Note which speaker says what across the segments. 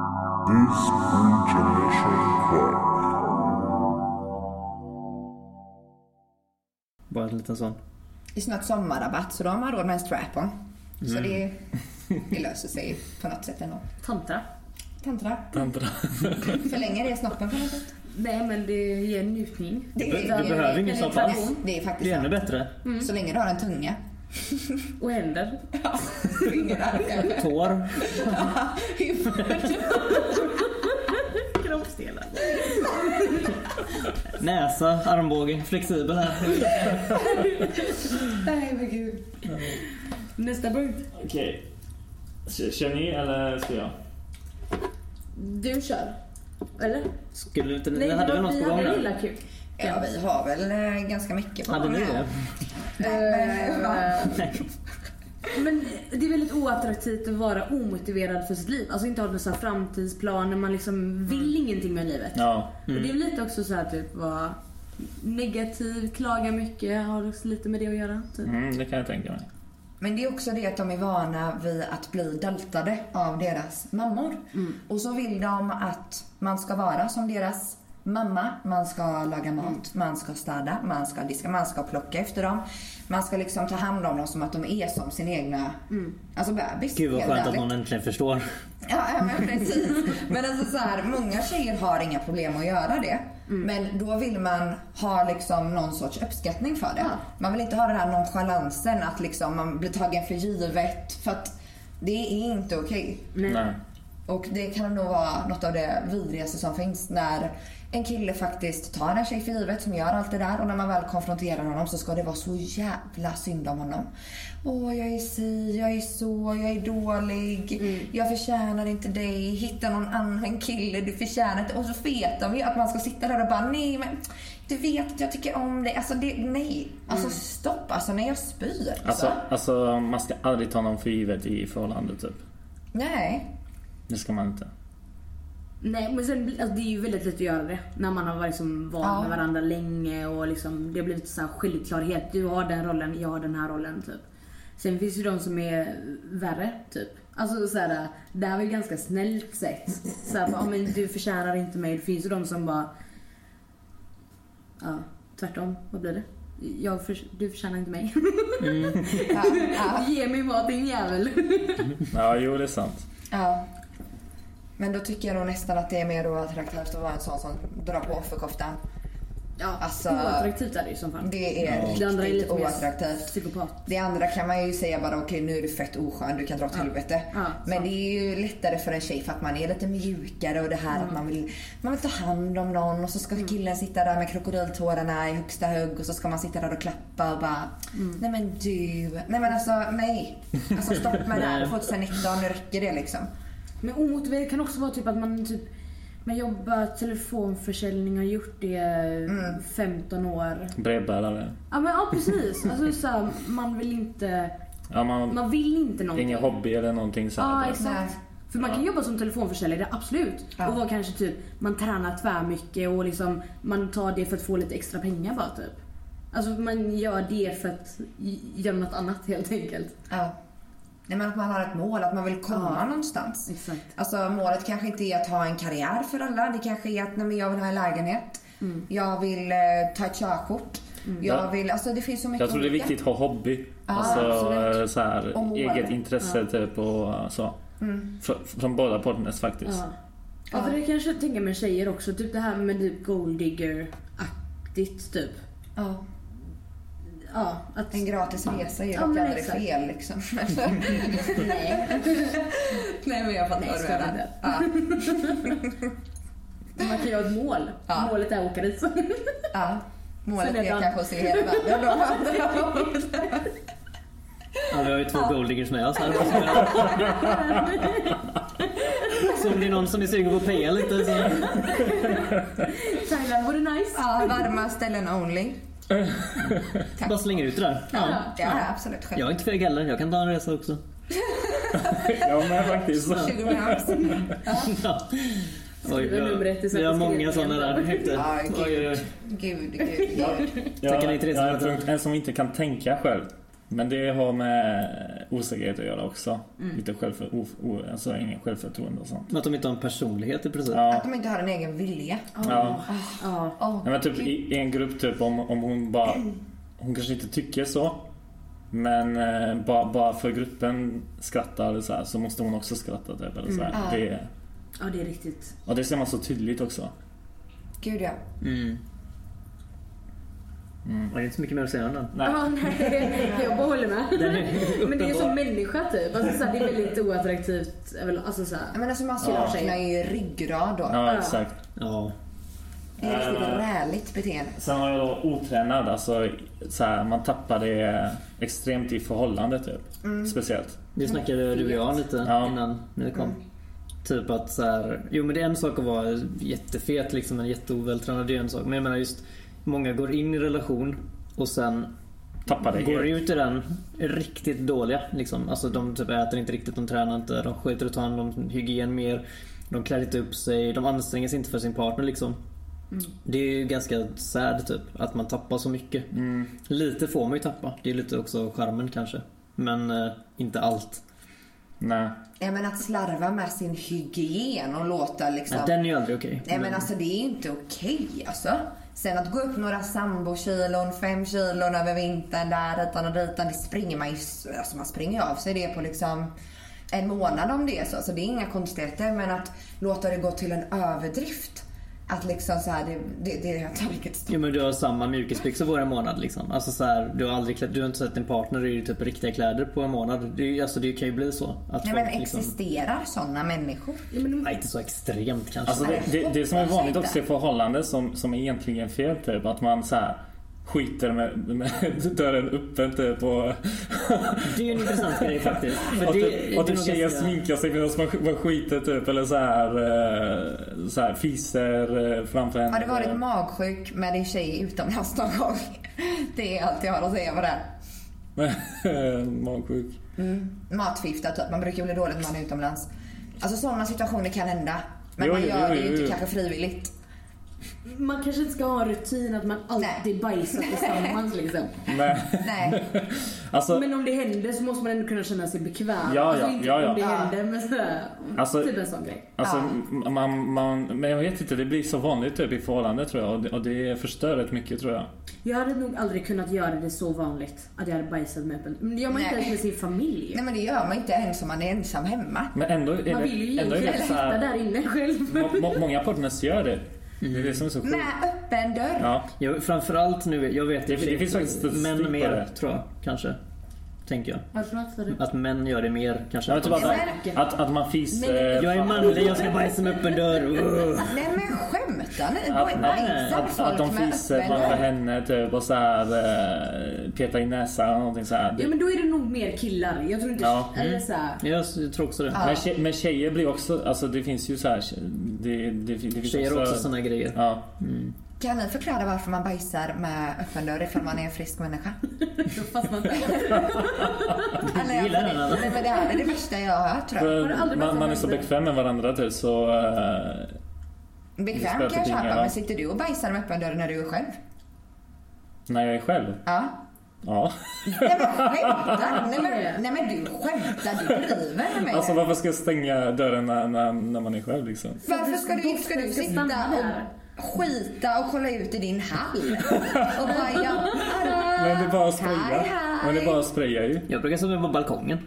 Speaker 1: This Regeneration Club.
Speaker 2: Bara en liten sån.
Speaker 3: Det är snart sommarrabatt så då har man råd med en strap-on.
Speaker 2: Mm.
Speaker 3: Så det, det löser sig på något sätt ändå.
Speaker 4: Tantra?
Speaker 3: Tantra.
Speaker 2: Tantra.
Speaker 3: Förlänger det snoppen på något sätt?
Speaker 4: Nej, men det ger njutning.
Speaker 3: Det,
Speaker 2: Det- det behöver ingen Mm. snopp alls.
Speaker 3: Nej, Det är faktiskt
Speaker 2: Det är ännu
Speaker 3: sant.
Speaker 2: bättre.
Speaker 3: Så länge du har en tunga.
Speaker 4: Och händer.
Speaker 3: Och ingen arm kanske.
Speaker 2: Tår.
Speaker 4: Kroppsdelar.
Speaker 2: Näsa, armbåge, flexibel här.
Speaker 3: Nej men gud.
Speaker 4: Nästa punkt.
Speaker 5: Okej. K- Kör ni eller ska jag?
Speaker 4: Du kör. Eller?
Speaker 2: Skulle inte ni, hade väl något på gång
Speaker 4: hade
Speaker 2: där?
Speaker 4: lilla kul.
Speaker 3: Ja vi har väl eh, ganska mycket på
Speaker 2: Hade
Speaker 3: gång
Speaker 2: ni
Speaker 3: här. Eh,
Speaker 2: det?
Speaker 3: Nej, men, va?
Speaker 4: Men det är väldigt oattraktivt att vara omotiverad för sitt liv. Alltså inte ha någon sån här framtidsplan när man liksom vill ingenting med livet.
Speaker 5: Ja.
Speaker 4: Och det är väl lite också så här typ vara negativ, klaga mycket, har också lite med det att göra. Typ.
Speaker 5: Mm, det kan jag tänka mig.
Speaker 3: Men det är också det att de är vana vid att bli daltade av deras mammor. Och så vill de att man ska vara som deras mamma. Man ska laga mat, man ska städa, man ska diska, man ska plocka efter dem. Man ska liksom ta hand om dem som att de är som sin egna alltså bebis.
Speaker 2: Gud vad
Speaker 3: helt
Speaker 2: skönt att
Speaker 3: ärligt.
Speaker 2: någon äntligen förstår.
Speaker 3: Ja, ja, men precis. Men alltså så här, många tjejer har inga problem att göra det. Men då vill man ha liksom någon sorts uppskattning för det. Man vill inte ha den här nonchalansen att liksom man blir tagen för givet. För att det är inte okej.
Speaker 4: Nej.
Speaker 5: Nej.
Speaker 3: Och det kan nog vara något av det vidrigaste som finns. När en kille faktiskt tar en tjej för givet som gör allt det där. Och när man väl konfronterar honom så ska det vara så jävla synd om honom. Åh, jag är si, jag är så, jag är dålig. Jag förtjänar inte dig. Hitta någon annan kille, du förtjänar inte. Och så vet de ju att man ska sitta där och bara nej men du vet att jag tycker om dig. Alltså det, nej. Alltså stopp. Alltså när jag spyr.
Speaker 5: Alltså, alltså, man ska aldrig ta någon för givet i förhållande typ.
Speaker 3: Nej.
Speaker 5: Det ska man inte.
Speaker 4: Nej, men sen, alltså, det är ju väldigt lätt att göra det när man har varit liksom van
Speaker 3: Ja.
Speaker 4: med varandra länge och liksom, det har blivit en sån här självklarhet. Du har den rollen, jag har den här rollen. Typ. Sen finns ju de som är värre, typ. Alltså så här, det här var ju ganska snällt sett. Så här, bara, "Ah, men du förtjänar inte mig. Det finns ju de som bara... Ja, tvärtom. Vad blir det? Jag för, du förtjänar inte mig.
Speaker 3: Ja, ja.
Speaker 4: Ge mig mat din jävel.
Speaker 5: Ja, jo det är sant.
Speaker 3: Ja. Men då tycker jag nog nästan att det är mer oattraktivt att vara en sån som drar på offerkoftan.
Speaker 4: Ja,
Speaker 3: Alltså,
Speaker 4: oattraktivt är det ju som fan.
Speaker 3: Det är
Speaker 4: Det andra är
Speaker 3: riktigt
Speaker 4: lite mer
Speaker 3: oattraktivt.
Speaker 4: psykopat.
Speaker 3: Det andra kan man ju säga bara okej nu är du fett oskön, du kan dra åt helvete.
Speaker 4: Ja,
Speaker 3: Men
Speaker 4: sant.
Speaker 3: det är ju lättare för en tjej för att man är lite mjukare och det här
Speaker 4: Mm.
Speaker 3: att man vill, man vill ta hand om någon och så ska killen sitta där med krokodiltårarna i högsta hugg och så ska man sitta där och klappa och bara
Speaker 4: Mm.
Speaker 3: Nej men du, nej men alltså nej. Alltså stopp med det här 2019, nu räcker det liksom.
Speaker 4: Men omotiverat kan också vara typ att man typ man jobbar telefonförsäljning och har gjort det mm. 15 år.
Speaker 5: Brevbärare.
Speaker 4: Ja men ja precis. Alltså så här, man vill inte
Speaker 5: Ja, man,
Speaker 4: man vill inte Ah, någonting.
Speaker 5: ingen hobby eller någonting så
Speaker 4: Ja
Speaker 5: här.
Speaker 4: exakt.
Speaker 3: Nej.
Speaker 4: För man kan jobba som telefonförsäljare, absolut.
Speaker 3: Ja.
Speaker 4: Och vara kanske typ man tränar tvärmycket och liksom man tar det för att få lite extra pengar bara typ. Alltså man gör det för att g- göra något annat helt enkelt.
Speaker 3: Ja. Nej, men att man har ett mål, att man vill komma någonstans.
Speaker 4: Exakt.
Speaker 3: Alltså målet kanske inte är att ha en karriär för alla. Det kanske är att nej, men jag vill ha en lägenhet.
Speaker 4: Mm.
Speaker 3: Jag vill eh, ta ett körkort. Jag
Speaker 5: Ja.
Speaker 3: vill, alltså det finns så mycket
Speaker 5: Jag tror det är
Speaker 3: olika.
Speaker 5: viktigt att ha hobby.
Speaker 3: Ja,
Speaker 5: alltså
Speaker 3: absolut.
Speaker 5: så här,
Speaker 3: Och mål.
Speaker 5: eget intresse typ och så. Fr- Från båda partners faktiskt.
Speaker 4: Ja. Ja, för det kanske jag tänker med tjejer också. Typ det här med typ golddigger-aktigt typ.
Speaker 3: Ja.
Speaker 4: Ja, att...
Speaker 3: En gratis resa är ju
Speaker 4: Ja,
Speaker 3: dock
Speaker 4: men
Speaker 3: aldrig
Speaker 4: exakt.
Speaker 3: fel liksom.
Speaker 4: Nej.
Speaker 3: nej men jag fattar
Speaker 4: Nej,
Speaker 3: vad du
Speaker 4: ska
Speaker 3: menar.
Speaker 4: inte.
Speaker 3: Ja,
Speaker 4: Man kan ju ha ett mål.
Speaker 3: Ja.
Speaker 4: Målet är att åka dit.
Speaker 3: ja. Målet
Speaker 4: Sen är
Speaker 3: är
Speaker 4: det-
Speaker 3: kanske att se hela världen.
Speaker 2: Ja, vi har ju två golddiggers med oss här. Så om det är någon som är sugen på att peja lite så...
Speaker 4: Thailand vore nice.
Speaker 3: ja, varma ställen only.
Speaker 2: Bara slänger ut det där.
Speaker 3: Ja, ja absolut. Själv.
Speaker 2: Jag är inte feg heller, jag kan ta en resa också.
Speaker 5: Ja, men faktiskt.
Speaker 3: 20 grams.
Speaker 2: Ja. Oj,
Speaker 4: Skriva numret i
Speaker 2: vi har många
Speaker 4: skrivningen.
Speaker 2: sådana där häftigt.
Speaker 3: Ja,
Speaker 2: Oj, oj, oj.
Speaker 3: Gud, gud, gud.
Speaker 5: Ja,
Speaker 2: Tackar ni till det
Speaker 5: ja,
Speaker 2: som
Speaker 5: jag
Speaker 2: heter-
Speaker 5: tror en som inte kan tänka själv. Men det har med eh, osäkerhet att göra också.
Speaker 2: Mm.
Speaker 5: Lite självför, o, o, alltså ingen självförtroende och sånt.
Speaker 2: Att de inte har en personlighet i princip.
Speaker 5: Ja.
Speaker 3: Att de inte har en egen vilja.
Speaker 5: Ja.
Speaker 4: Ja.
Speaker 3: Åh,
Speaker 5: Nej, men typ i, i en grupp typ om, om hon bara... Hon kanske inte tycker så. Men eh, bara, bara för gruppen skrattar så, här, så måste hon också skratta typ. Eller så här.
Speaker 2: Mm.
Speaker 3: Ja.
Speaker 5: Det,
Speaker 4: ja, det är riktigt.
Speaker 5: och det ser man så tydligt också.
Speaker 3: gud ja.
Speaker 2: Mm. Det är inte så mycket mer att säga om den.
Speaker 5: Nej.
Speaker 4: Ja, nej, jag bara håller med.
Speaker 2: Den är
Speaker 4: Men det är som
Speaker 2: uppenbar.
Speaker 4: människa typ. Alltså, så här, det är väldigt oattraktivt. är väl- Alltså, så här.
Speaker 3: Men alltså man
Speaker 5: Ja.
Speaker 3: saknar ju ryggrad då.
Speaker 5: Ja,
Speaker 4: Ja.
Speaker 5: exakt.
Speaker 2: Ja.
Speaker 3: Det är riktigt
Speaker 5: Äh.
Speaker 3: räligt beteende.
Speaker 5: Sen har jag då otränad, alltså så här, man tappar det extremt i förhållande typ.
Speaker 2: Mm.
Speaker 3: Mm.
Speaker 5: Speciellt.
Speaker 2: Det snackade du och jag lite
Speaker 5: Ja.
Speaker 2: innan ni kom.
Speaker 4: Mm.
Speaker 2: Typ att så här, jo men det är en sak att vara jättefet liksom, en jätteovältränad, det är en sak. Men jag menar just, många går in i relation och sen
Speaker 5: Tappar det
Speaker 2: går
Speaker 5: helt.
Speaker 2: ut i den riktigt dåliga. Liksom. Alltså de typ äter inte riktigt, de tränar inte, de skiter i att ta hand om hygien mer. De klär inte upp sig, de anstränger sig inte för sin partner liksom.
Speaker 3: Mm.
Speaker 2: Det är ju ganska sad typ, att man tappar så mycket.
Speaker 5: Mm.
Speaker 2: Lite får man ju tappa, det är lite också charmen kanske. Men eh, inte allt.
Speaker 5: Nej.
Speaker 3: Ja, men att slarva med sin hygien och låta liksom...
Speaker 2: Nej, den är ju aldrig okej.
Speaker 3: Nej men alltså det är inte okej alltså. Sen att gå upp några sambokilon, fem kilon över vintern där utan och ditan, det springer man ju, alltså man springer ju av sig det på liksom en månad om det är så. Så det är inga konstigheter men att låta det gå till en överdrift. Att liksom så här, det, det, det tar vilket stopp.
Speaker 2: Jo men du har samma mjukisbyxor på en månad liksom. Alltså så här, du har aldrig klätt, du har inte sett din partner i typ riktiga kläder på en månad. Det, är ju- alltså, det kan ju bli så. Att
Speaker 3: Nej men
Speaker 2: folk liksom-
Speaker 3: existerar sådana människor?
Speaker 4: Ja, men,
Speaker 2: Nej, inte så extremt kanske.
Speaker 5: Alltså det, det, det som är vanligt också i förhållanden som, som är egentligen fel typ, att man så här skiter med, med dörren öppen typ och,
Speaker 2: Det är ju en intressant grej faktiskt. För
Speaker 5: och
Speaker 2: det,
Speaker 5: typ, och
Speaker 2: det är
Speaker 5: typ
Speaker 2: nog
Speaker 5: tjejer
Speaker 2: ganska-
Speaker 5: sminkar sig medan man, man skiter typ eller så här, eh, så här fiser eh, framför henne.
Speaker 3: Har du varit magsjuk med din tjej utomlands någon gång? Det är allt jag har att säga på det. här.
Speaker 5: Magsjuk.
Speaker 3: matförgiftad typ. Man brukar ju bli dålig när man är utomlands. Alltså sådana situationer kan hända. Men
Speaker 5: Jo,
Speaker 3: man
Speaker 5: jo,
Speaker 3: gör
Speaker 5: jo,
Speaker 3: det ju
Speaker 5: jo,
Speaker 3: inte
Speaker 5: jo.
Speaker 3: kanske frivilligt.
Speaker 4: man kanske inte ska ha en rutin att man alltid
Speaker 3: Nej.
Speaker 4: bajsar tillsammans liksom.
Speaker 5: Nej.
Speaker 3: Nej.
Speaker 5: Alltså,
Speaker 4: Men om det händer så måste man ändå kunna känna sig bekväm.
Speaker 5: Ja,
Speaker 4: Alltså
Speaker 5: ja,
Speaker 4: inte
Speaker 5: ja, ja.
Speaker 4: om det
Speaker 3: Ja.
Speaker 4: händer men sådär.
Speaker 5: Alltså-
Speaker 4: typ en sån grej.
Speaker 5: Alltså,
Speaker 3: Ja.
Speaker 5: m- man, man, men jag vet inte, det blir så vanligt typ i förhållande tror jag och det, och det förstör rätt mycket tror jag.
Speaker 4: Jag hade nog aldrig kunnat göra det så vanligt att jag hade bajsat med öppen... Men det gör man inte
Speaker 3: Nej.
Speaker 4: ens med sin familj.
Speaker 3: Nej men det gör man inte ens om man är ensam hemma.
Speaker 5: Men ändå är
Speaker 4: man vill ju
Speaker 5: det, ändå är
Speaker 4: egentligen
Speaker 5: det så
Speaker 4: hitta där
Speaker 5: här,
Speaker 4: inne själv.
Speaker 5: må, må, många partners gör det. Det är det som är så sjukt.
Speaker 3: Med öppen dörr.
Speaker 5: Ja,
Speaker 2: Jag, framförallt nu, jag vet
Speaker 5: Det- det finns faktiskt statistik på
Speaker 2: Män mer,
Speaker 5: det.
Speaker 2: tror jag. Kanske. Tänker jag.
Speaker 4: Varför något sa du?
Speaker 2: Att män gör det mer kanske.
Speaker 5: jag vet inte bara
Speaker 3: Men-
Speaker 5: typ att, att man eh, fiser...
Speaker 3: Men-
Speaker 2: jag är manlig, jag ska bajsa med öppen dörr. Ugh.
Speaker 3: Nej men skämtar ni? Då
Speaker 5: Att,
Speaker 3: är
Speaker 5: att,
Speaker 3: bajsar
Speaker 5: att,
Speaker 3: folk
Speaker 5: att de
Speaker 3: med
Speaker 5: fiser
Speaker 3: öppen
Speaker 5: framför
Speaker 3: dörr.
Speaker 5: henne typ och så här, eh, petar i näsan eller någonting så här.
Speaker 4: Ja men då är det nog mer killar. Jag tror inte...
Speaker 5: Ja. Mm.
Speaker 4: Eller såhär.
Speaker 2: Jag s- jag tror också det.
Speaker 5: Men, tje, men tjejer blir också, alltså det finns ju så här, det, det, det, det finns
Speaker 2: Tjejer också såna grejer. Mm.
Speaker 5: Ja.
Speaker 3: Kan ni förklara varför man bajsar med öppen dörr ifall man är en frisk människa?
Speaker 4: Fast man...
Speaker 3: Eller,
Speaker 2: gillar den, eller?
Speaker 3: Nej men det här är det värsta jag har hört tror jag.
Speaker 4: du aldrig
Speaker 5: För
Speaker 4: varit
Speaker 5: man,
Speaker 4: så
Speaker 5: man är så
Speaker 4: rädd?
Speaker 5: bekväm med varandra typ så... eh,
Speaker 3: Bekvämt kan jag
Speaker 5: Spöet och
Speaker 3: köpa
Speaker 5: tingar, va?
Speaker 3: men sitter du och bajsar med öppen dörr när du är själv?
Speaker 5: när jag är själv?
Speaker 3: Ja.
Speaker 5: Ja.
Speaker 3: Nej men skämtar nej, men- nej men du skämtar, du driver med mig.
Speaker 5: Alltså varför ska jag stänga dörren när, när, när man är själv liksom?
Speaker 3: Varför ska du, ska du
Speaker 4: Ska
Speaker 3: sitta
Speaker 4: stanna där?
Speaker 3: och skita och kolla ut i din hall? Och bara ja, hallå,
Speaker 5: Men det är bara att spraya.
Speaker 3: Hej, hej.
Speaker 5: Men det är bara att spraya ju.
Speaker 2: Jag brukar sitta på balkongen.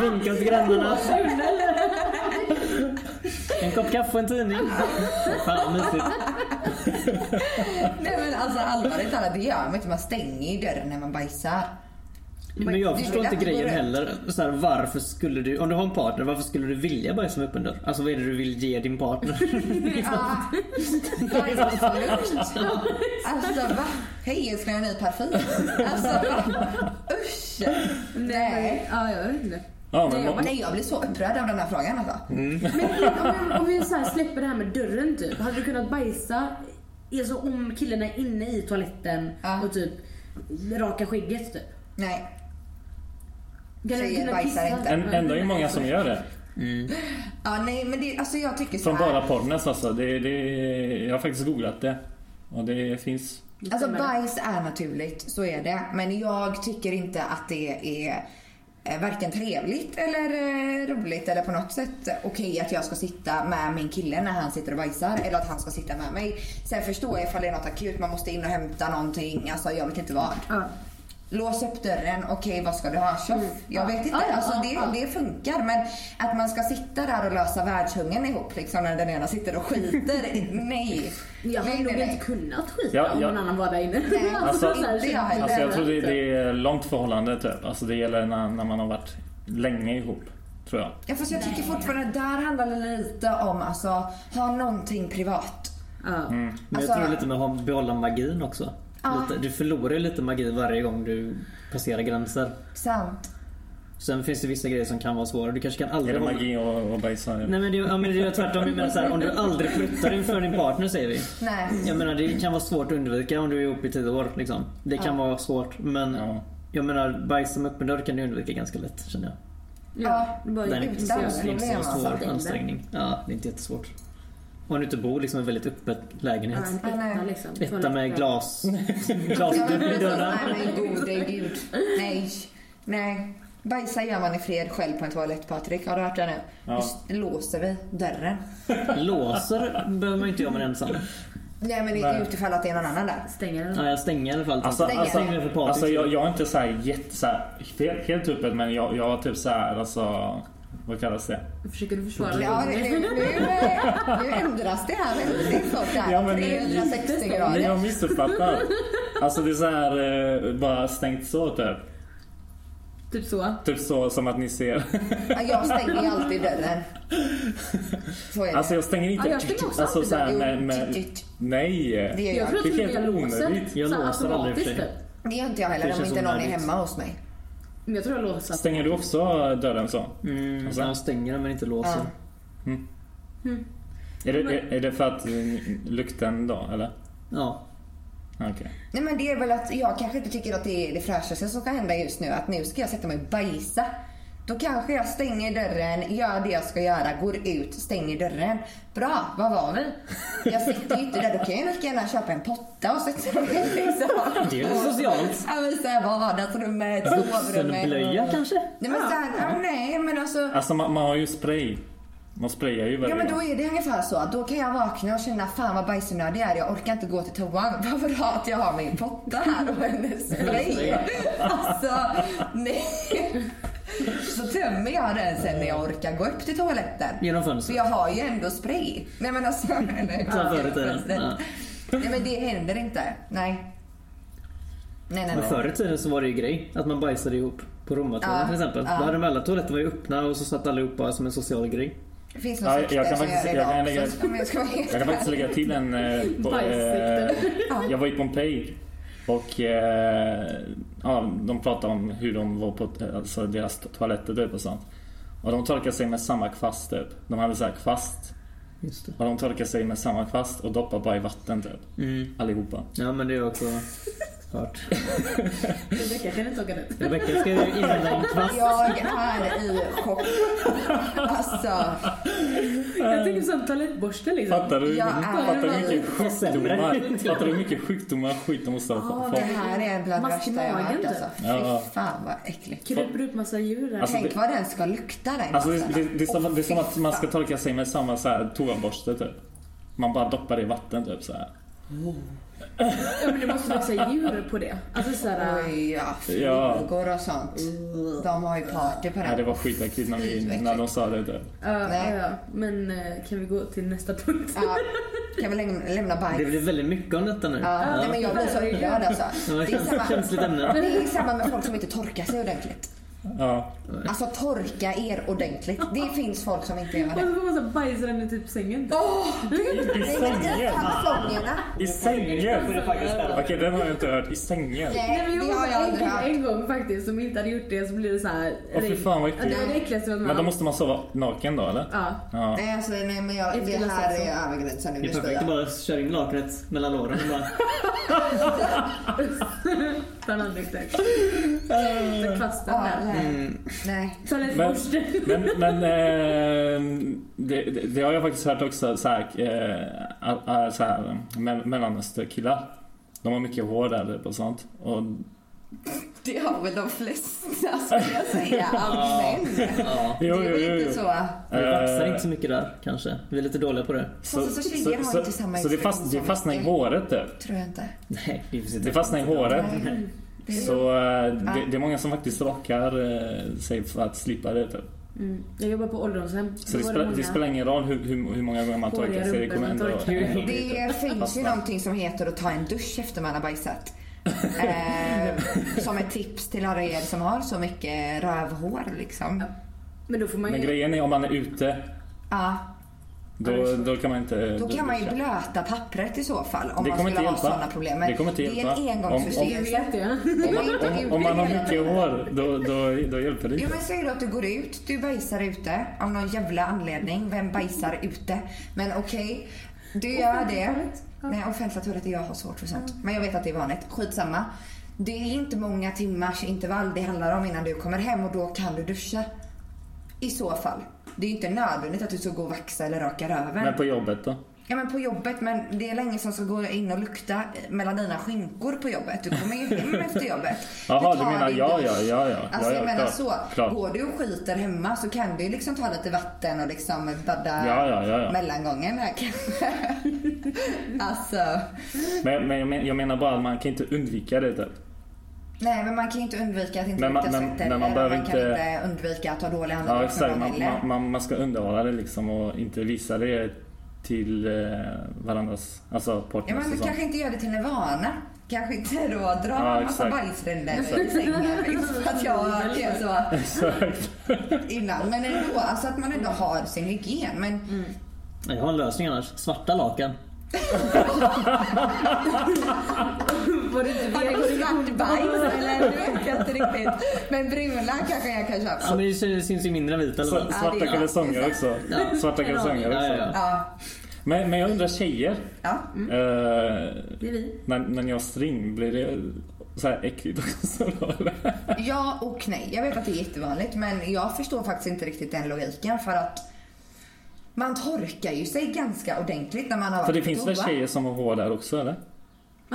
Speaker 2: Vinka till grannarna. En kopp kaffe och en tidning. Fan vad mysigt.
Speaker 3: Nej men alltså allvarligt talat, det gör man inte. Man stänger ju dörren när man bajsar.
Speaker 2: Men jag
Speaker 3: Det är
Speaker 2: förstår
Speaker 3: väl
Speaker 2: inte
Speaker 3: att det
Speaker 2: grejen
Speaker 3: går ut.
Speaker 2: heller. Så här, varför skulle du, om du har en partner, varför skulle du vilja bajsa med öppen dörr? Alltså vad är det du vill ge din partner?
Speaker 3: Ja. Bajslukt. Alltså va? Hej, jag ska jag ha en ny parfym? Alltså va? Usch! Nej.
Speaker 4: Ja, jag vet inte.
Speaker 5: Ja,
Speaker 4: Nej,
Speaker 5: men
Speaker 4: jag
Speaker 5: må-
Speaker 3: Nej, jag blir så upprörd av den här frågan alltså.
Speaker 5: Mm.
Speaker 4: Men om vi, om vi så här släpper det här med dörren typ. Hade du kunnat bajsa alltså, om killen är inne i toaletten
Speaker 3: Ja.
Speaker 4: och typ raka skägget typ?
Speaker 3: Nej.
Speaker 4: Kan du
Speaker 3: Tjejer
Speaker 4: kunna
Speaker 3: bajsar
Speaker 4: kissa?
Speaker 3: inte.
Speaker 5: en- ändå är det många som gör det.
Speaker 3: Ja, nej men det, alltså jag tycker så
Speaker 5: Från
Speaker 3: här.
Speaker 5: bara porrnes alltså. Det, det, jag har faktiskt googlat det. Och det finns.
Speaker 4: Det
Speaker 3: Alltså
Speaker 4: stämmer.
Speaker 3: bajs är naturligt, så är det. Men jag tycker inte att det är eh, varken trevligt eller eh, roligt eller på något sätt okej att jag ska sitta med min kille när han sitter och bajsar eller att han ska sitta med mig. Sen förstår jag ifall det är något akut, man måste in och hämta någonting, alltså jag vet inte vad.
Speaker 4: Ja.
Speaker 3: Lås upp dörren, okej vad ska du ha? Tjoff. Jag vet inte,
Speaker 4: Mm. Ja, ja,
Speaker 3: alltså
Speaker 4: ja,
Speaker 3: det, det
Speaker 4: ja.
Speaker 3: funkar. Men att man ska sitta där och lösa världshungern ihop liksom när den ena sitter och skiter, nej.
Speaker 4: Jag
Speaker 3: Nej,
Speaker 4: hade nog
Speaker 3: nej, nej.
Speaker 4: inte kunnat skita
Speaker 5: Ja,
Speaker 4: om
Speaker 5: ja.
Speaker 4: någon annan var där inne.
Speaker 3: Nej,
Speaker 5: alltså,
Speaker 4: så här Typ.
Speaker 3: inte jag
Speaker 4: känns
Speaker 3: heller.
Speaker 5: Alltså jag tror det,
Speaker 4: inte.
Speaker 5: det är långt förhållande typ. Alltså det gäller när, när man har varit länge ihop. Tror jag.
Speaker 3: Ja, fast jag tycker fortfarande där handlar det lite om alltså ha någonting privat.
Speaker 4: Ja.
Speaker 5: Mm.
Speaker 2: Men
Speaker 3: Alltså-
Speaker 2: jag tror lite med att ha- behålla magin också.
Speaker 3: Ja.
Speaker 2: Lite, du förlorar ju lite magi varje gång du passerar gränser.
Speaker 3: Sant.
Speaker 2: Sen finns det vissa grejer som kan vara svåra. Du kanske kan
Speaker 5: Är
Speaker 2: aldrig
Speaker 5: det
Speaker 2: hålla-
Speaker 5: magi och, och bajsa?
Speaker 2: Nej men det, ja, men det är tvärtom. Jag menar så här, om du aldrig flyttar inför din partner säger vi.
Speaker 3: Nej.
Speaker 2: Jag menar det kan vara svårt att undvika om du är ihop i tio år. Liksom. Det kan vara svårt men
Speaker 5: Ja.
Speaker 2: jag menar bajsa med öppen dörr kan du undvika ganska lätt känner jag.
Speaker 4: Ja, det var
Speaker 2: Det
Speaker 4: ju
Speaker 2: är inte
Speaker 4: utan
Speaker 2: så, det är
Speaker 4: problem
Speaker 2: inte så
Speaker 4: alltså.
Speaker 2: svår ansträngning. Ja, det är inte jättesvårt. Om du inte bor liksom i en väldigt öppet lägenhet.
Speaker 4: Ja, en etta liksom.
Speaker 2: Etta med glas,
Speaker 3: Ja, men
Speaker 2: glasdörr i
Speaker 3: precis.
Speaker 2: dörrarna.
Speaker 3: Nej men gode gud. Nej. Nej. Bajsa gör man i fred själv på en toalett Patrik. Har du hört det nu?
Speaker 5: Ja.
Speaker 3: Just låser vi dörren.
Speaker 2: Låser behöver man inte göra med ensam.
Speaker 3: Nej men det är
Speaker 5: Nej.
Speaker 3: utifall att det är någon annan där.
Speaker 4: Stänger den.
Speaker 2: Ja, jag stänger i alla fall.
Speaker 5: Alltså,
Speaker 2: Alltså,
Speaker 3: alltså-
Speaker 2: stänger för Patrik.
Speaker 5: Alltså jag, jag är inte så här jätte så här, helt, helt öppen men jag, jag har typ så här alltså vad kallas det?
Speaker 4: Försöker du försvara
Speaker 3: Ja,
Speaker 4: det?
Speaker 3: nu, nu, nu ändras det här väldigt fort där.
Speaker 5: Ja, men det är
Speaker 3: 360
Speaker 5: Ni
Speaker 3: grader.
Speaker 5: har missuppfattat. Alltså det är så här eh, bara stängt så typ.
Speaker 4: Typ så.
Speaker 5: Typ så som att ni ser.
Speaker 3: Ja, jag stänger ju alltid dörren. Så är det.
Speaker 5: Alltså jag stänger inte.
Speaker 4: Ja, jag stänger också
Speaker 5: alltså så här
Speaker 3: alltid
Speaker 5: med,
Speaker 3: dörren.
Speaker 5: med
Speaker 3: Jo,
Speaker 5: Nej.
Speaker 3: det gör
Speaker 4: Jag
Speaker 3: jag.
Speaker 4: tror att
Speaker 5: Det
Speaker 4: till och
Speaker 5: är
Speaker 4: med jag
Speaker 5: helt onödigt.
Speaker 4: låser.
Speaker 2: Jag
Speaker 4: så här
Speaker 2: låser aldrig i och för
Speaker 4: automatiskt
Speaker 2: sig.
Speaker 4: typ.
Speaker 3: Det gör inte jag heller
Speaker 2: Det
Speaker 3: om
Speaker 2: känns
Speaker 3: inte någon är
Speaker 2: onödigt.
Speaker 3: hemma hos mig.
Speaker 4: Men jag tror jag låser.
Speaker 5: Stänger du också dörren så?
Speaker 2: Mm,
Speaker 5: Alltså-
Speaker 2: jag stänger den men inte låser.
Speaker 3: Ja.
Speaker 5: Är det, är, är det för att eh, lukten då eller?
Speaker 2: Ja.
Speaker 5: Okej.
Speaker 3: Nej men det är väl att jag kanske inte tycker att det är det fräschaste som kan hända just nu. Att nu ska jag sätta mig och bajsa. Då kanske jag stänger dörren, gör det jag ska göra, går ut, stänger dörren. Bra, vad var vi? Jag sitter ju inte där, då kan jag lika gärna köpa en potta och sätta mig liksom.
Speaker 2: Det är lite socialt.
Speaker 3: Ja men såhär vardagsrummet, sovrummet.
Speaker 2: Vuxenblöja kanske?
Speaker 3: Nej men såhär, ja, nej men alltså.
Speaker 5: Alltså man, man har ju spray. Man sprayar ju
Speaker 3: Ja
Speaker 5: varje
Speaker 3: men då
Speaker 5: gång.
Speaker 3: är det ungefär så. Då kan jag vakna och känna fan vad bajsnödig jag är. Jag orkar inte gå till toan. Vad bra att jag har min potta här och en spray. Alltså nej. Så tömmer jag den sen när jag orkar gå upp till toaletten.
Speaker 2: Genom
Speaker 3: För
Speaker 2: fönstret.
Speaker 3: jag har ju ändå spray. Nej men alltså. Eller,
Speaker 2: Som förr i tiden. Ja.
Speaker 3: Nej men det händer inte. Nej. Nej nej
Speaker 2: Men
Speaker 3: nej.
Speaker 2: förr i tiden så var det ju grej att man bajsade ihop på romartoalen
Speaker 3: Ja,
Speaker 2: till exempel.
Speaker 3: ja.
Speaker 2: Då hade de alla toaletter var ju öppna och så satt allihopa som en social grej.
Speaker 3: Det finns
Speaker 5: Ja,
Speaker 3: några
Speaker 5: jag
Speaker 3: sekter
Speaker 5: kan
Speaker 3: som
Speaker 5: faktiskt-
Speaker 3: gör det
Speaker 5: jag kan
Speaker 3: idag
Speaker 5: lägga-
Speaker 3: också, om jag ska vara helt
Speaker 5: Jag kan faktiskt lägga till en... Eh, på, eh,
Speaker 4: Bajssekten.
Speaker 5: jag var i Pompeji och eh, ja, de pratade om hur de var på alltså, deras toaletter typ och sånt. Och de torkade sig med samma kvast typ. De hade så här kvast
Speaker 2: Just det.
Speaker 5: och de torkade sig med samma kvast och doppade bara i vatten typ.
Speaker 2: Mm.
Speaker 5: Allihopa.
Speaker 2: Ja men det har jag också hört.
Speaker 4: Rebecka kan inte åka dit.
Speaker 2: Rebecka ska ju invända en kvast.
Speaker 3: Jag är i chock. Alltså,
Speaker 4: Jag tänker som toalettborste liksom.
Speaker 5: Fattar du?
Speaker 3: Jag är-
Speaker 5: fattar du hur mycket
Speaker 2: Sämre.
Speaker 5: sjukdomar, fattar du hur mycket sjukdomar och skit de måste ha
Speaker 4: Ja,
Speaker 5: fått?
Speaker 3: det här är bland det
Speaker 4: Mask i
Speaker 3: värsta jag har
Speaker 4: magen,
Speaker 3: hört.
Speaker 4: typ.
Speaker 3: Alltså.
Speaker 5: Ja.
Speaker 3: Fy fan vad äckligt.
Speaker 4: Kryper ut massa djur där.
Speaker 5: Alltså,
Speaker 3: Tänk
Speaker 5: det-
Speaker 3: vad den ska lukta den
Speaker 5: Alltså det,
Speaker 3: maten.
Speaker 5: det, det, är som,
Speaker 3: Åh,
Speaker 5: det är som att
Speaker 3: fy
Speaker 5: man ska
Speaker 3: fan.
Speaker 5: torka sig med samma så här toaborste typ. Man bara doppar det i vatten typ så här.
Speaker 4: Ja, men det måste växa djur på det. Alltså såhär...
Speaker 3: Oj, ja.
Speaker 5: Ja.
Speaker 3: Flugor och sånt. De har ju party på
Speaker 5: Nej, det
Speaker 3: den.
Speaker 5: var skitäckligt när, vi, när de sa det typ.
Speaker 4: Ja,
Speaker 3: Nej.
Speaker 4: ja, ja. Men eh, kan vi gå till nästa punkt?
Speaker 3: Ja, kan vi lämna, lämna
Speaker 2: Det
Speaker 3: bajs?
Speaker 2: blir väldigt mycket om detta nu.
Speaker 3: Ja, nej, men jag blir så upprörd alltså.
Speaker 2: Det var
Speaker 3: Det är,
Speaker 2: ett
Speaker 3: samma,
Speaker 2: känsligt ämne.
Speaker 3: det är samma med folk som inte torkar sig ordentligt.
Speaker 5: Ja.
Speaker 3: Alltså torka er ordentligt. Det finns folk som inte gör
Speaker 4: Och
Speaker 3: det.
Speaker 4: så får man så bajsränna typ sängen.
Speaker 3: Åh, gud!
Speaker 5: I
Speaker 3: Nej, men I
Speaker 5: sängen!
Speaker 3: kalsongerna.
Speaker 5: I sängen! Okej, den har jag inte hört. I sängen!
Speaker 4: Nej, men
Speaker 3: Nej,
Speaker 4: jag
Speaker 3: det har jag
Speaker 4: var en
Speaker 3: aldrig
Speaker 4: kille
Speaker 3: hört.
Speaker 4: en gång faktiskt som inte hade gjort det så blir det så här.
Speaker 5: Åh, fy fan, vad äckligt.
Speaker 4: Ja, Det var det äckligaste jag varit
Speaker 5: Men
Speaker 4: med
Speaker 5: då
Speaker 4: om.
Speaker 5: måste man sova naken då eller?
Speaker 4: Ja.
Speaker 5: Ja.
Speaker 3: Nej, alltså, nej men jag, det
Speaker 4: Efter
Speaker 3: här
Speaker 4: Lasse
Speaker 3: är över gränsen nu.
Speaker 2: Det är
Speaker 3: Nu spyr
Speaker 2: perfekt
Speaker 3: jag.
Speaker 2: att bara köra in lakanet mellan låren och bara...
Speaker 4: Utan andedräkt. Så kvasten
Speaker 3: Ja,
Speaker 4: där.
Speaker 3: nej.
Speaker 5: Mm,
Speaker 3: nej.
Speaker 5: Men,
Speaker 4: Toalettborste.
Speaker 5: men, men eh, det, det, det har jag faktiskt hört också så här, eh, a- a- så här, me- mellanösterkillar. De har mycket hår där typ och sånt. Och
Speaker 3: Det har väl de flesta skulle jag säga. Allmän.
Speaker 2: Ja.
Speaker 3: Det
Speaker 5: Jo,
Speaker 3: är
Speaker 5: jo, jo,
Speaker 3: väl
Speaker 5: jo.
Speaker 3: inte så.
Speaker 2: Vi vaxar
Speaker 5: Eh,
Speaker 2: inte så mycket där kanske. Vi är lite dåliga på det.
Speaker 5: Så,
Speaker 3: Fast alltså, tjejer har
Speaker 5: så,
Speaker 3: inte samma
Speaker 5: så det, fast, det
Speaker 3: inställning som
Speaker 5: fastnar i
Speaker 3: vi.
Speaker 5: håret typ.
Speaker 3: Tror jag inte.
Speaker 2: Nej, det finns inte.
Speaker 5: Det fastnar i håret.
Speaker 3: Nej. Det är
Speaker 5: Så eh, det, det är många som faktiskt rakar eh, sig för att slippa det typ.
Speaker 4: Mm. Jag jobbar på ålderdomshem.
Speaker 5: Så det
Speaker 4: Då var
Speaker 5: spelar, det
Speaker 4: många-
Speaker 5: spelar ingen roll hur, hur, hur många gånger man
Speaker 4: Håriga
Speaker 5: torkar sig. Det
Speaker 4: rumpor
Speaker 5: kommer
Speaker 4: man
Speaker 5: ändå...
Speaker 4: torkar.
Speaker 5: ändå bli, typ.
Speaker 3: Det finns ju
Speaker 5: Fastnar.
Speaker 3: någonting som heter att ta en dusch efter man har bajsat. Eh, som ett tips till alla er som har så mycket rövhår liksom.
Speaker 4: Men då får man
Speaker 5: Men
Speaker 4: ju...
Speaker 5: grejen är om man är ute,
Speaker 3: Ja,
Speaker 5: då, då kan man inte...
Speaker 3: då kan man ju
Speaker 5: duscha.
Speaker 3: blöta pappret i så fall om
Speaker 5: Det
Speaker 3: man
Speaker 5: kommer
Speaker 3: skulle ha
Speaker 5: inte hjälpa.
Speaker 3: sådana problem.
Speaker 5: Det kommer inte
Speaker 3: det är
Speaker 5: hjälpa. Om-
Speaker 3: en
Speaker 5: om-
Speaker 4: Jag
Speaker 3: engångsförseelse.
Speaker 4: vet det.
Speaker 3: Om,
Speaker 5: Om, om man har mycket hår, då, då, då hjälper det
Speaker 3: Jo
Speaker 5: inte.
Speaker 3: men säg då att du går ut, du bajsar ute av någon jävla anledning. Vem bajsar ute? Men okej, du gör det. Nej offentliga toaletter, jag har svårt för sånt. Men jag vet att det är vanligt. Skitsamma. Det är inte många timmars intervall det handlar om innan du kommer hem och då kan du duscha. I så fall. Det är ju inte nödvändigt att du ska gå och vaxa eller raka röven.
Speaker 5: Men på jobbet då?
Speaker 3: Ja men på jobbet men det är länge som ska gå in och lukta mellan dina skinkor på jobbet. Du kommer ju hem efter jobbet.
Speaker 5: Jaha,
Speaker 3: tar
Speaker 5: du menar
Speaker 3: din
Speaker 5: ja,
Speaker 3: dusch.
Speaker 5: ja, ja, ja.
Speaker 3: Alltså
Speaker 5: ja, ja,
Speaker 3: jag menar
Speaker 5: klart,
Speaker 3: så.
Speaker 5: Klart.
Speaker 3: Går du och skiter hemma så kan du ju liksom ta lite vatten och liksom badda
Speaker 5: Ja, ja, ja, ja.
Speaker 3: mellangången här kanske. alltså.
Speaker 5: Men, men jag men- jag menar bara att man kan inte undvika det typ.
Speaker 3: Nej men man kan ju inte undvika att inte
Speaker 5: Men man-
Speaker 3: lukta
Speaker 5: men-
Speaker 3: svett
Speaker 5: men man
Speaker 3: eller man,
Speaker 5: behöver
Speaker 3: kan
Speaker 5: inte-
Speaker 3: inte undvika att ha dålig andedräkt
Speaker 5: Ja
Speaker 3: när
Speaker 5: exakt,
Speaker 3: man
Speaker 5: man,
Speaker 3: heller.
Speaker 5: man, man, man ska underhålla det liksom och inte visa det till eh, varandras, alltså
Speaker 3: Ja
Speaker 5: partners
Speaker 3: men
Speaker 5: och
Speaker 3: du
Speaker 5: sånt.
Speaker 3: kanske inte gör det till en vana. Kanske inte då dra
Speaker 5: Ja,
Speaker 3: en massa
Speaker 5: exakt.
Speaker 3: bajsränder i sängen. liksom, Att jag kan så.
Speaker 5: Exakt.
Speaker 3: innan. Men ändå, alltså att man ändå har sin hygien. Men
Speaker 2: Jag har en lösning annars. Svarta lakan.
Speaker 4: Var det inte det?
Speaker 3: har
Speaker 4: jag
Speaker 3: du
Speaker 4: gjorde?
Speaker 3: svart bajs eller? Du vet jag inte riktigt. Men bruna kanske jag kan köpa.
Speaker 2: Ja, men det syns syns ju mindre än vita. eller
Speaker 5: Så,
Speaker 2: vad?
Speaker 5: svarta
Speaker 3: det är-
Speaker 5: kalsonger också.
Speaker 2: Ja.
Speaker 5: Svarta kalsonger
Speaker 2: Ja, ja,
Speaker 5: också.
Speaker 2: ja.
Speaker 3: Ja. Mm.
Speaker 5: Men, men jag undrar tjejer.
Speaker 3: ja.
Speaker 5: Eh,
Speaker 4: Det är vi.
Speaker 5: när, när ni har string, blir det så här äckligt också då eller?
Speaker 3: Ja och nej. Jag vet att det är jättevanligt men jag förstår faktiskt inte riktigt den logiken för att man torkar ju sig ganska ordentligt när man har
Speaker 5: För det
Speaker 3: varit på
Speaker 5: finns väl
Speaker 3: toa.
Speaker 5: tjejer som har hår där också eller?
Speaker 4: Ah,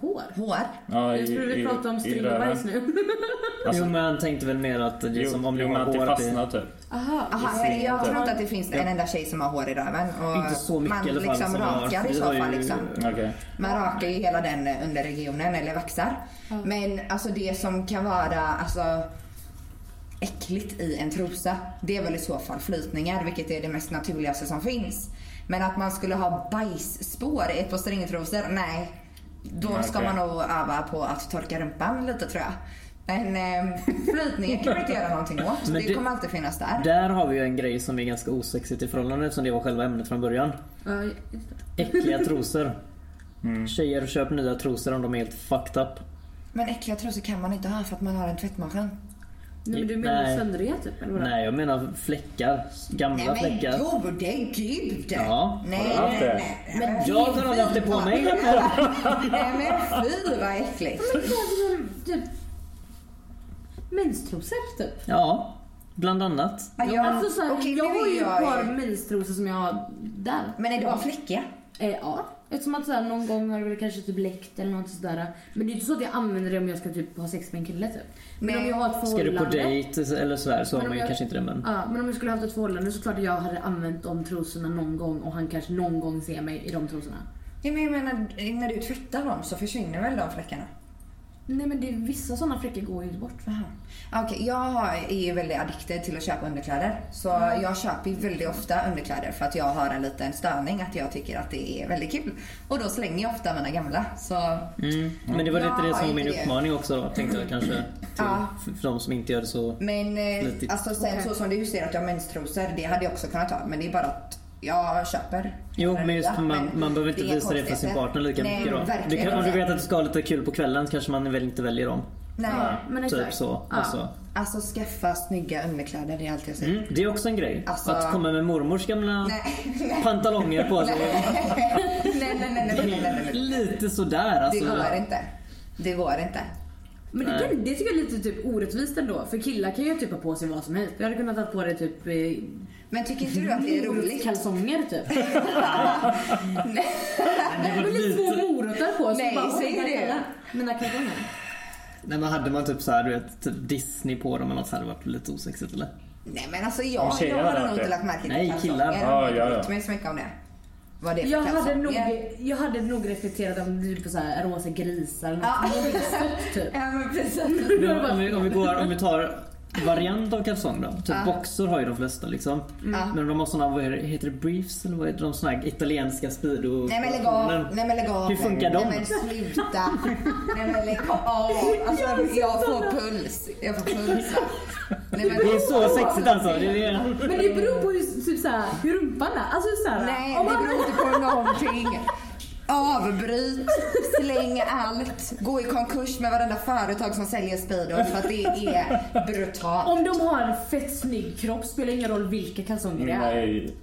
Speaker 4: hår?
Speaker 3: Hår.
Speaker 5: Ja,
Speaker 4: Jag trodde vi pratade om string och
Speaker 5: röven.
Speaker 4: bajs nu.
Speaker 5: Alltså,
Speaker 2: Jo men han tänkte väl mer att det är
Speaker 5: jo,
Speaker 2: som om
Speaker 5: jo,
Speaker 2: du
Speaker 5: men
Speaker 2: har
Speaker 5: att det
Speaker 2: hår att
Speaker 5: fastnar
Speaker 2: det...
Speaker 5: typ.
Speaker 4: Aha.
Speaker 3: Aha, men jag tror inte att det finns en
Speaker 5: Ja.
Speaker 3: enda tjej som har hår i röven. Och
Speaker 2: Inte så mycket
Speaker 3: man
Speaker 2: i alla fall.
Speaker 3: liksom
Speaker 2: som har-
Speaker 3: rakar i
Speaker 2: vi
Speaker 3: så
Speaker 2: har ju-
Speaker 3: fall liksom.
Speaker 5: Okej.
Speaker 3: Man rakar ju hela den eh, underregionen eller vaxar. Men alltså det som kan vara alltså, äckligt i en trosa, det är väl i så fall flytningar, vilket är det mest naturligaste som finns. Men att man skulle ha bajsspår i ett par stringtrosor, nej. Då
Speaker 5: Nej,
Speaker 3: ska
Speaker 5: okej.
Speaker 3: man nog öva på att torka rumpan lite tror jag. Men eh, flytningar kan man inte göra någonting åt.
Speaker 2: Men
Speaker 3: Det,
Speaker 2: det-
Speaker 3: kommer alltid finnas där.
Speaker 2: Där har vi ju en grej som är ganska osexigt i förhållande eftersom det var själva ämnet från början.
Speaker 4: Ja, just det.
Speaker 2: Äckliga trosor. Tjejer köper nya trosor om de är helt fucked up.
Speaker 3: Men äckliga trosor kan man inte ha för att man har en tvättmaskin.
Speaker 4: Nej, men du menar
Speaker 2: Nej.
Speaker 4: söndriga typ? Eller vadå?
Speaker 2: Nej, jag menar fläckar.
Speaker 3: Nej
Speaker 2: Gamla
Speaker 3: men
Speaker 2: fläckar.
Speaker 3: gode gud!
Speaker 2: Ja.
Speaker 3: typ Nej,
Speaker 5: Har du
Speaker 3: nej,
Speaker 5: haft det?
Speaker 3: nej.
Speaker 4: Men
Speaker 2: Jag har aldrig haft det på mig.
Speaker 3: Nej men fy vad äckligt.
Speaker 4: Men kläder, typ... Menstrosor typ?
Speaker 2: Ja, bland annat.
Speaker 3: Ja,
Speaker 4: alltså, så här,
Speaker 3: okej,
Speaker 4: jag
Speaker 3: nu
Speaker 4: har
Speaker 3: är
Speaker 4: ju ett
Speaker 3: jag-
Speaker 4: par menstrosor som jag har där.
Speaker 3: Men är de
Speaker 4: Ja.
Speaker 3: fläckiga?
Speaker 4: Eh, ja. Eftersom att så här, någon gång har det väl kanske typ läckt eller något sådär. Men det är inte så att jag använder det om jag ska typ ha sex med en kille typ. Men
Speaker 3: Nej.
Speaker 4: om jag har ett
Speaker 2: Ska
Speaker 4: förhållande.
Speaker 2: du på dejt eller sådär så har
Speaker 4: Men om
Speaker 2: man ju
Speaker 4: jag-
Speaker 2: kanske inte det men...
Speaker 4: Ja, men om jag skulle haft ett förhållande så klart jag hade använt de trosorna någon gång och han kanske någon gång ser mig i de trosorna.
Speaker 3: Ja, men jag menar, när du tvättar dem så försvinner väl de fläckarna?
Speaker 4: Nej men det är vissa sådana fläckar går ju inte bort.
Speaker 3: Aha. Okej, jag har- är ju väldigt addicted till att köpa underkläder. Så jag köper ju väldigt ofta underkläder för att jag har en liten störning att jag tycker att det är väldigt kul. Och då slänger jag ofta mina gamla. Så
Speaker 2: Mm. Men det var
Speaker 3: Ja,
Speaker 2: lite det som var
Speaker 3: inte
Speaker 2: min
Speaker 3: det.
Speaker 2: uppmaning också då, tänkte jag kanske. Till
Speaker 3: Ja.
Speaker 2: för de som inte gör det så.
Speaker 3: Men eh,
Speaker 2: Lite-
Speaker 3: alltså sen
Speaker 4: Okej.
Speaker 3: så som du säger att jag har menstrosor, det hade jag också kunnat ha. Men det är bara att jag köper.
Speaker 2: Jo,
Speaker 3: den
Speaker 2: men just
Speaker 3: nya,
Speaker 2: man,
Speaker 3: men
Speaker 2: man behöver inte visa
Speaker 3: är
Speaker 2: det för sin
Speaker 3: konstigheter.
Speaker 2: partner lika
Speaker 3: Nej,
Speaker 2: mycket då. Du
Speaker 3: verkligen
Speaker 2: kan, om du
Speaker 3: inte.
Speaker 2: vet att du ska ha lite kul på kvällen kanske man väl inte väljer dem.
Speaker 3: Nej.
Speaker 4: Men
Speaker 2: Typ
Speaker 4: exakt.
Speaker 2: så.
Speaker 4: Ja.
Speaker 2: Alltså.
Speaker 3: Alltså skaffa snygga underkläder, det är allt jag säger.
Speaker 2: Mm. Det är också en grej.
Speaker 3: Alltså-
Speaker 2: Att komma med mormors gamla
Speaker 3: Nej,
Speaker 2: pantalonger på sig.
Speaker 3: nej, nej, nej, nej, nej, nej, nej.
Speaker 2: Lite sådär
Speaker 3: Det
Speaker 2: alltså.
Speaker 3: går inte. Det går inte.
Speaker 4: Men det, kan, det tycker jag är lite typ orättvist ändå. För killar kan ju typ ha på sig vad som helst. Jag hade kunnat ha på dig typ... eh,
Speaker 3: Men tycker inte du att det är roligt?
Speaker 4: Kalsonger typ.
Speaker 3: Nej.
Speaker 4: Jag hade väl två morötter på.
Speaker 3: typ- Nej, säg
Speaker 4: mina
Speaker 3: det.
Speaker 4: kallar- Mina kalsonger.
Speaker 2: Nej men hade man typ så här, du vet, typ Disney på dem eller något så hade det varit lite osexigt eller?
Speaker 3: Nej men alltså jag,
Speaker 5: Om
Speaker 3: jag
Speaker 5: tjejerna
Speaker 3: hade
Speaker 5: hade
Speaker 3: nog inte
Speaker 5: det.
Speaker 3: lagt märke till
Speaker 2: Nej,
Speaker 3: kalsonger.
Speaker 2: killar.
Speaker 3: Jag
Speaker 5: Ja,
Speaker 3: hade
Speaker 5: ja,
Speaker 3: inte
Speaker 5: ja.
Speaker 3: brytt mig så mycket om det. Vad det är för
Speaker 4: Jag hade, nog,
Speaker 3: kalsonger.
Speaker 4: jag hade nog reflekterat om du på så här rosa grisar eller
Speaker 3: Ja.
Speaker 4: något mysigt typ.
Speaker 3: Ja men precis.
Speaker 2: Men om, om, vi, om, vi går, om vi tar variant av kalsong då. Typ
Speaker 3: Ja. Mm.
Speaker 2: boxer har ju de flesta liksom.
Speaker 3: Ja.
Speaker 2: Men de har såna, vad är det, heter det briefs eller vad heter de? Såna här italienska speedo
Speaker 3: Nej men lägg av. Nej men lägg av.
Speaker 2: Hur funkar de?
Speaker 3: Nej men sluta. Nej men lägg av. Alltså jag får puls. Jag får puls. Nej men
Speaker 2: Det är så sexigt alltså. Det är,
Speaker 4: Men det beror på hur, typ så här, hur rumpan är. Alltså så här,
Speaker 3: Nej
Speaker 4: om
Speaker 3: det
Speaker 4: man-
Speaker 3: beror inte på någonting. Avbryt, släng allt, gå i konkurs med varenda företag som säljer Speedos för att det är brutalt.
Speaker 4: Om de har en fett snygg kropp spelar ingen roll vilka kalsonger det är.
Speaker 5: Nej.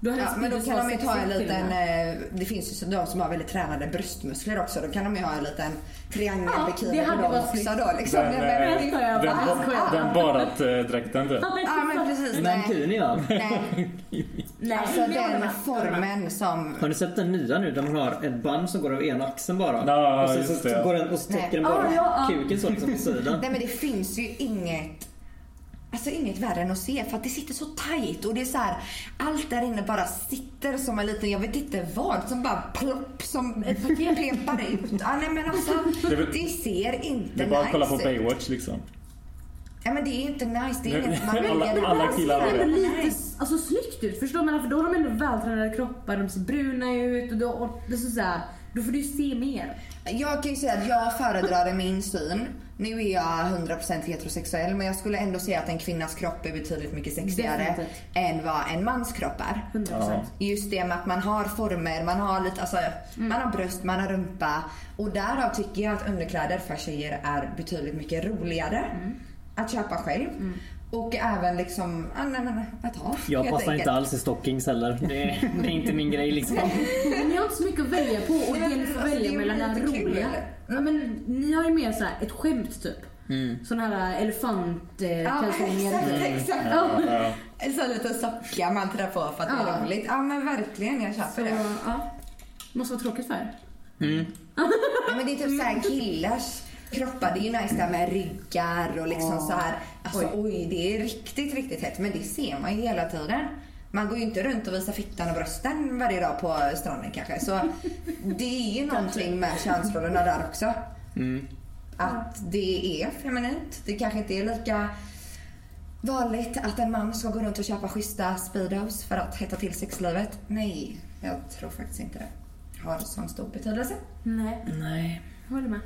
Speaker 4: Då hade
Speaker 3: Ja, men då
Speaker 4: Speedos
Speaker 3: kan
Speaker 4: varit
Speaker 3: de ju ta en
Speaker 4: sexigt
Speaker 3: liten,
Speaker 4: skillnad.
Speaker 3: eh, det finns ju så- de som har väldigt tränade bröstmuskler också, då kan de ju ha en liten
Speaker 4: Ja,
Speaker 3: triangelbikini
Speaker 4: det
Speaker 3: på
Speaker 4: hade
Speaker 3: dem
Speaker 4: varit
Speaker 3: också
Speaker 4: snyggt.
Speaker 3: då liksom.
Speaker 5: Den,
Speaker 3: Nej,
Speaker 5: eh,
Speaker 3: men-
Speaker 4: Jag skojar
Speaker 5: Den,
Speaker 4: bara. jag skojar.
Speaker 5: den barat eh, dräkten du.
Speaker 3: Ja men precis,
Speaker 2: men
Speaker 5: typ-
Speaker 3: nej.
Speaker 2: kuni va?
Speaker 3: nej.
Speaker 4: Nej,
Speaker 3: Alltså
Speaker 4: jag håller
Speaker 3: den
Speaker 4: med.
Speaker 3: formen som...
Speaker 2: Har ni sett den nya nu? De har ett band som går av ena axeln bara.
Speaker 5: Ja,
Speaker 2: och så,
Speaker 5: just
Speaker 2: så
Speaker 5: det.
Speaker 2: går den och så
Speaker 3: Nej.
Speaker 2: täcker den
Speaker 4: Ja,
Speaker 2: bara
Speaker 4: ja, ja.
Speaker 2: kuken så liksom på sidan.
Speaker 3: Nej men det finns ju inget... Alltså inget värre än att se för att det sitter så tajt och det är så här, allt där inne bara sitter som en liten, jag vet inte vad, som bara plopp som pepar ut. Ja, nej men alltså,
Speaker 5: är väl-
Speaker 3: det ser inte
Speaker 5: Det är bara att kolla på
Speaker 3: nice ut.
Speaker 5: Baywatch liksom.
Speaker 3: Ja men det är inte nice, det är
Speaker 5: Nu-
Speaker 3: inget man väljer.
Speaker 5: alla-
Speaker 3: Det är
Speaker 5: alla
Speaker 3: bara
Speaker 5: killar har
Speaker 3: så
Speaker 5: det.
Speaker 3: jävla
Speaker 4: ändå lite
Speaker 3: nice.
Speaker 4: s- alltså, snyggt ut. Förstår man? För då har de ändå vältränade kroppar, de ser bruna ut och då, och det är så så här, då får du ju se mer.
Speaker 3: Jag kan ju säga att jag föredrar i min syn. Nu är jag 100% heterosexuell men jag skulle ändå säga att en kvinnas kropp är betydligt mycket sexigare
Speaker 4: Definitivt.
Speaker 3: än vad en mans kropp är.
Speaker 4: 100%.
Speaker 5: Ja.
Speaker 3: Just det med att man har former, man har lite, alltså, man har bröst, man har rumpa. Och därav tycker jag att underkläder för tjejer är betydligt mycket roligare att köpa själv. Och även liksom, ah, nej, nej, nej, att ha.
Speaker 2: Jag
Speaker 3: helt
Speaker 2: passar
Speaker 3: enkelt.
Speaker 2: inte alls i stockings heller. Det är, det är inte min grej liksom.
Speaker 4: Men ni har inte så mycket att välja på och det ni får
Speaker 3: Alltså, det är
Speaker 4: välja mellan
Speaker 3: lite
Speaker 4: är
Speaker 3: kul.
Speaker 4: roliga. Ja, men, ni har ju mer så här, ett skämt typ. Mm. Sån här
Speaker 3: Ja,
Speaker 4: elefantkalsonger.
Speaker 3: exakt, exakt.
Speaker 4: Mm. Ja.
Speaker 5: Ja.
Speaker 3: En sån liten socka man trär på för att det är
Speaker 4: Ja.
Speaker 3: roligt. Ja men verkligen, jag köper
Speaker 4: Så,
Speaker 3: det.
Speaker 4: ja. Måste vara tråkigt för er.
Speaker 2: Mm,
Speaker 3: Ja, men det är typ såhär killars kroppar, det är ju nice där med ryggar och liksom så här. Alltså oj. det är riktigt, riktigt hett. Men det ser man ju hela tiden. Man går ju inte runt och visar fittan och brösten varje dag på stranden kanske. Så det är ju någonting med könsrollerna där också.
Speaker 2: mm.
Speaker 3: Att det är feminint. Det kanske inte är lika vanligt att en man ska gå runt och köpa schyssta speedos för att hetta till sexlivet. Nej, jag tror faktiskt inte det har sån stor betydelse.
Speaker 4: Nej,
Speaker 2: Nej.
Speaker 4: jag håller med.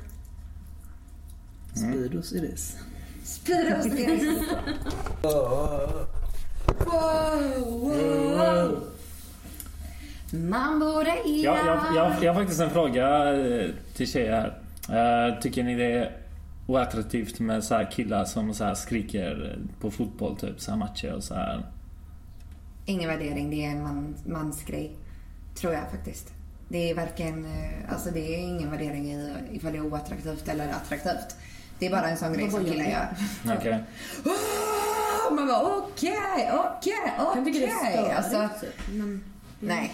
Speaker 2: Speedos i ris.
Speaker 3: Spyr oss ner. Wow, wow. Man borde
Speaker 5: Jag, jag, jag,
Speaker 3: gilla...
Speaker 5: jag har faktiskt en fråga eh, till tjejer här. Eh, Tycker ni det är oattraktivt med så här killar som så här skriker på fotboll typ, så här matcher och så här?
Speaker 3: Ingen värdering, det är en man, mansgrej. Tror jag faktiskt. Det är varken... eh, Alltså det är ingen värdering i ifall det är oattraktivt eller attraktivt. Det är bara en sån grej som killar gör.
Speaker 5: Okej.
Speaker 3: Åh, Man bara okej, okej,
Speaker 4: Jag tycker det är
Speaker 3: okej.
Speaker 4: störigt.
Speaker 3: Alltså,
Speaker 4: typ, men...
Speaker 3: nej.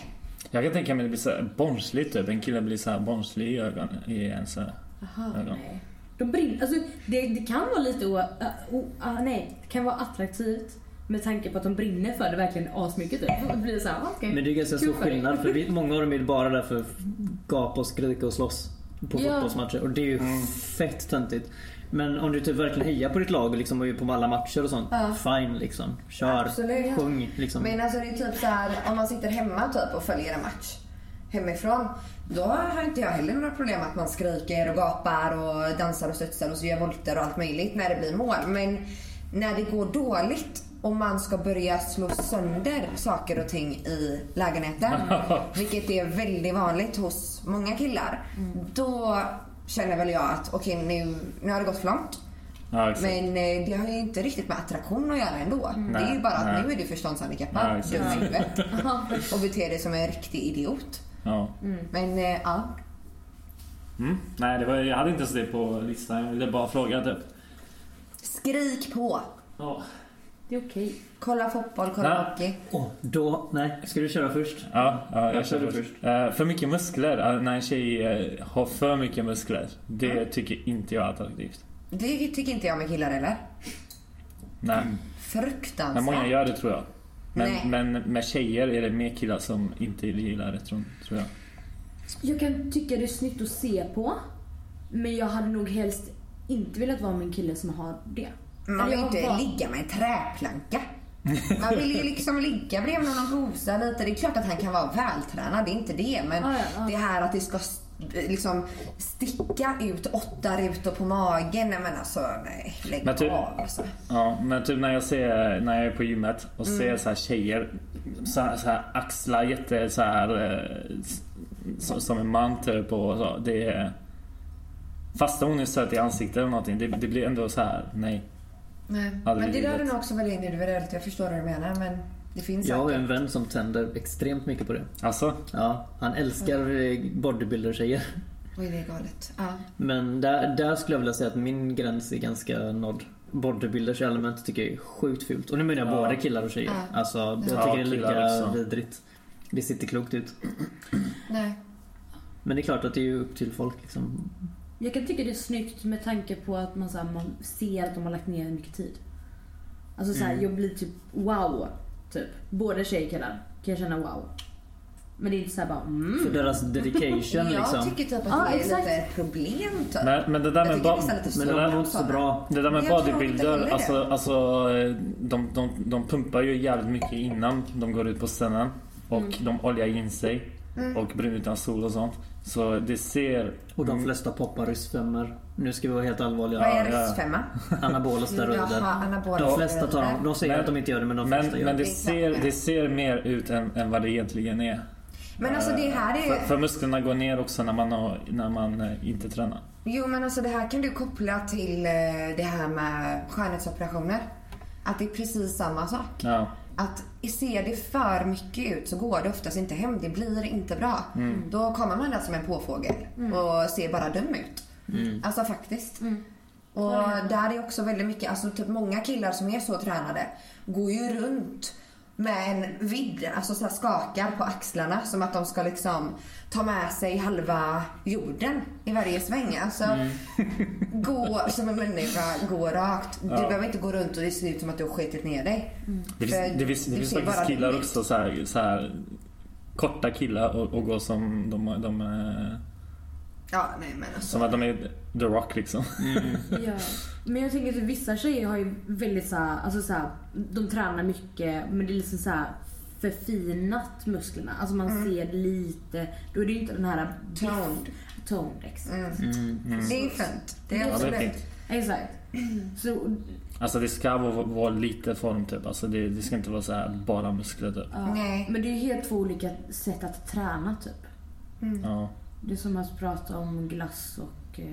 Speaker 5: Jag kan tänka mig att det blir så här barnsligt typ. En kille blir så här barnslig i ögon i ens ögon.
Speaker 4: Aha, nej. De brinner, alltså, det, det kan vara lite o, ö, o, ah, nej, det kan vara attraktivt med tanke på att de brinner för det verkligen asmycket. Typ. Då blir det så här, okay.
Speaker 2: Men det är ganska stor skillnad för vi, många av dem är bara där för att gapa och skrika och slåss på
Speaker 4: Ja.
Speaker 2: fotbollsmatcher och det är ju
Speaker 5: Mm.
Speaker 2: fett töntigt. Men om du typ verkligen hejar på ditt lag liksom, och är på alla matcher och sånt. Fine liksom. Kör.
Speaker 3: Absolut.
Speaker 2: Sjung liksom.
Speaker 3: Men alltså det är typ så här om man sitter hemma typ och följer en match hemifrån. Då har inte jag heller några problem att man skriker och gapar och dansar och studsar och så gör volter och allt möjligt när det blir mål. Men när det går dåligt och man ska börja slå sönder saker och ting i lägenheten, vilket är väldigt vanligt hos många killar, då känner väl jag att okej nu, nu har det gått för långt.
Speaker 5: Ja, exakt.
Speaker 3: Men eh, det har ju inte riktigt med attraktion att göra ändå. Det är ju
Speaker 5: Nej,
Speaker 3: bara att
Speaker 5: nej.
Speaker 3: nu är du förståndshandikappad,
Speaker 5: Nej,
Speaker 3: dum i
Speaker 5: exakt.
Speaker 3: huvudet och beter dig som en riktig idiot.
Speaker 5: Ja.
Speaker 3: Men eh, ja,
Speaker 5: Mm. Nej, det var, jag hade inte ens det på listan. Jag ville bara fråga typ.
Speaker 3: Skrik på!
Speaker 5: Ja.
Speaker 4: Det är okej.
Speaker 3: Kolla fotboll, kolla
Speaker 5: Nej.
Speaker 3: hockey.
Speaker 2: Åh, då, nej. Ska du köra först?
Speaker 5: Ja, ja,
Speaker 2: Jag
Speaker 5: jag
Speaker 2: kör
Speaker 5: kör
Speaker 2: du
Speaker 5: först. Eh, för mycket muskler. Eh, när en tjej eh, har för mycket muskler. Det tycker inte jag är attraktivt.
Speaker 3: Det tycker inte jag med killar heller.
Speaker 2: Mm.
Speaker 5: Nej.
Speaker 3: Fruktansvärt.
Speaker 5: Men många gör det tror jag.
Speaker 3: Alltså, Nej.
Speaker 5: Men, men med tjejer är det mer killar som inte gillar det tror tror jag.
Speaker 4: Jag kan tycka det är snyggt att se på. Men jag hade nog helst inte velat vara med en kille som har det.
Speaker 3: Man
Speaker 4: Eller
Speaker 3: vill
Speaker 4: jag
Speaker 3: Mm, inte
Speaker 4: var-
Speaker 3: ligga med en träplanka. Man vill ju liksom ligga bredvid någon och gosa lite. Det är klart att han kan vara vältränad, det är inte det. Men
Speaker 4: Ja, ja, ja.
Speaker 3: det här att det ska s- liksom sticka ut åtta rutor på magen. Nej men alltså nej, lägg
Speaker 5: Men typ-
Speaker 3: av alltså.
Speaker 5: Ja, men typ när jag ser när jag är på gymmet och ser så här tjejer så här, så här axlar jätte så här eh, s- som, som en man typ och så. Det är, fast hon är söt i ansiktet eller någonting. Det, det blir ändå så här nej.
Speaker 3: Nej.
Speaker 5: Aldrig
Speaker 3: Men det där är
Speaker 5: givet.
Speaker 3: nog också väldigt individuellt. Jag förstår vad du menar men det finns
Speaker 2: Jag har
Speaker 3: säkert.
Speaker 2: en vän som tänder extremt mycket på det.
Speaker 5: Alltså,
Speaker 2: Ja, han älskar eh, bodybuilder-tjejer.
Speaker 3: Oj det är galet. Ja.
Speaker 2: Men där, där skulle jag vilja säga att min gräns är ganska nådd. Bodybuilders element tycker jag är sjukt fult. Och nu menar jag
Speaker 5: Ja.
Speaker 2: både killar och tjejer.
Speaker 3: Ja.
Speaker 2: Alltså, jag tycker
Speaker 5: Ja,
Speaker 2: det är lika
Speaker 5: killar också.
Speaker 2: vidrigt. Det ser inte klokt ut.
Speaker 3: Nej.
Speaker 2: Men det är klart att det är ju upp till folk liksom.
Speaker 4: Jag kan tycka det är snyggt med tanke på att man, så här, man ser att de har lagt ner mycket tid. Alltså så här, jag blir typ wow. Typ. Både tjejer och killar kan jag känna wow. Men det är inte så här bara mm.
Speaker 2: För deras dedication
Speaker 3: jag
Speaker 2: liksom.
Speaker 3: tycker typ att
Speaker 4: Ja,
Speaker 3: det är
Speaker 4: exakt.
Speaker 3: lite ett problem typ.
Speaker 5: men, men det där
Speaker 3: jag
Speaker 5: med
Speaker 3: tycker
Speaker 5: ba-
Speaker 3: det är lite
Speaker 2: Men
Speaker 5: det
Speaker 2: de
Speaker 5: där-
Speaker 2: mår inte så bra.
Speaker 5: Det där med
Speaker 3: Men jag tror inte heller
Speaker 5: bodybuilder,
Speaker 3: det.
Speaker 5: alltså, alltså eh, de, de, de pumpar ju jävligt mycket innan de går ut på scenen. Och
Speaker 3: Mm.
Speaker 5: de oljar in sig. Och brun utan sol och sånt. Så det ser...
Speaker 2: Och de flesta poppar ryssfemmor. Nu ska vi vara helt
Speaker 3: Vad är
Speaker 2: allvarliga.
Speaker 3: en
Speaker 5: ja.
Speaker 3: ryssfemma?
Speaker 2: Anabola steroider.
Speaker 3: Jaha, anabola
Speaker 2: De flesta tar
Speaker 3: steroider.
Speaker 2: dem. De säger att de inte gör det men de
Speaker 5: Men,
Speaker 2: flesta gör
Speaker 5: men
Speaker 2: det.
Speaker 5: det, ser, det ser mer ut än, än vad det egentligen är. Eh,
Speaker 3: Men alltså det här är...
Speaker 5: För, för musklerna går ner också när man, har, när man eh, inte tränar.
Speaker 3: Jo men alltså det här kan du koppla till eh, det här med skönhetsoperationer. Att det är precis samma sak.
Speaker 5: Ja.
Speaker 3: Att ser det för mycket ut så går det oftast inte hem. Det blir inte bra. Då kommer man där som en påfågel och ser bara dum ut. Alltså faktiskt. Och där är också väldigt mycket, alltså typ många killar som är så tränade går ju runt med en vidd, alltså så här skakar på axlarna som att de ska liksom ta med sig halva jorden i varje sväng. Alltså gå som en människa, gå rakt. Du behöver inte gå runt och det ser ut som att du har skitit ner dig.
Speaker 5: Det
Speaker 3: För
Speaker 5: finns, det finns, det
Speaker 3: du
Speaker 5: finns
Speaker 3: ser bara
Speaker 5: faktiskt killar
Speaker 3: dum ut.
Speaker 5: också så här, så här korta killar och, och går som de, de, eh,
Speaker 3: Ja, nej men alltså.
Speaker 5: som att de är The Rock liksom.
Speaker 4: Ja. Men jag tänker att vissa tjejer har ju väldigt så här, alltså så här, de tränar mycket men det är liksom så här förfinat musklerna. Alltså man ser lite, då är det ju inte den här
Speaker 3: Toned.
Speaker 4: toned
Speaker 3: Mm.
Speaker 4: exakt.
Speaker 2: Mm.
Speaker 3: Det är fint. Det
Speaker 4: Ja,
Speaker 3: är
Speaker 5: Ja, det
Speaker 3: absolut.
Speaker 5: är fint.
Speaker 4: Exakt. Så
Speaker 5: Alltså det ska vara, vara lite form typ. Alltså det, det ska inte vara så här bara muskler typ.
Speaker 4: Ja.
Speaker 3: Nej.
Speaker 4: Men det är ju helt två olika sätt att träna typ.
Speaker 3: Mm.
Speaker 5: Ja.
Speaker 4: Det är som att prata om glass och... Eh,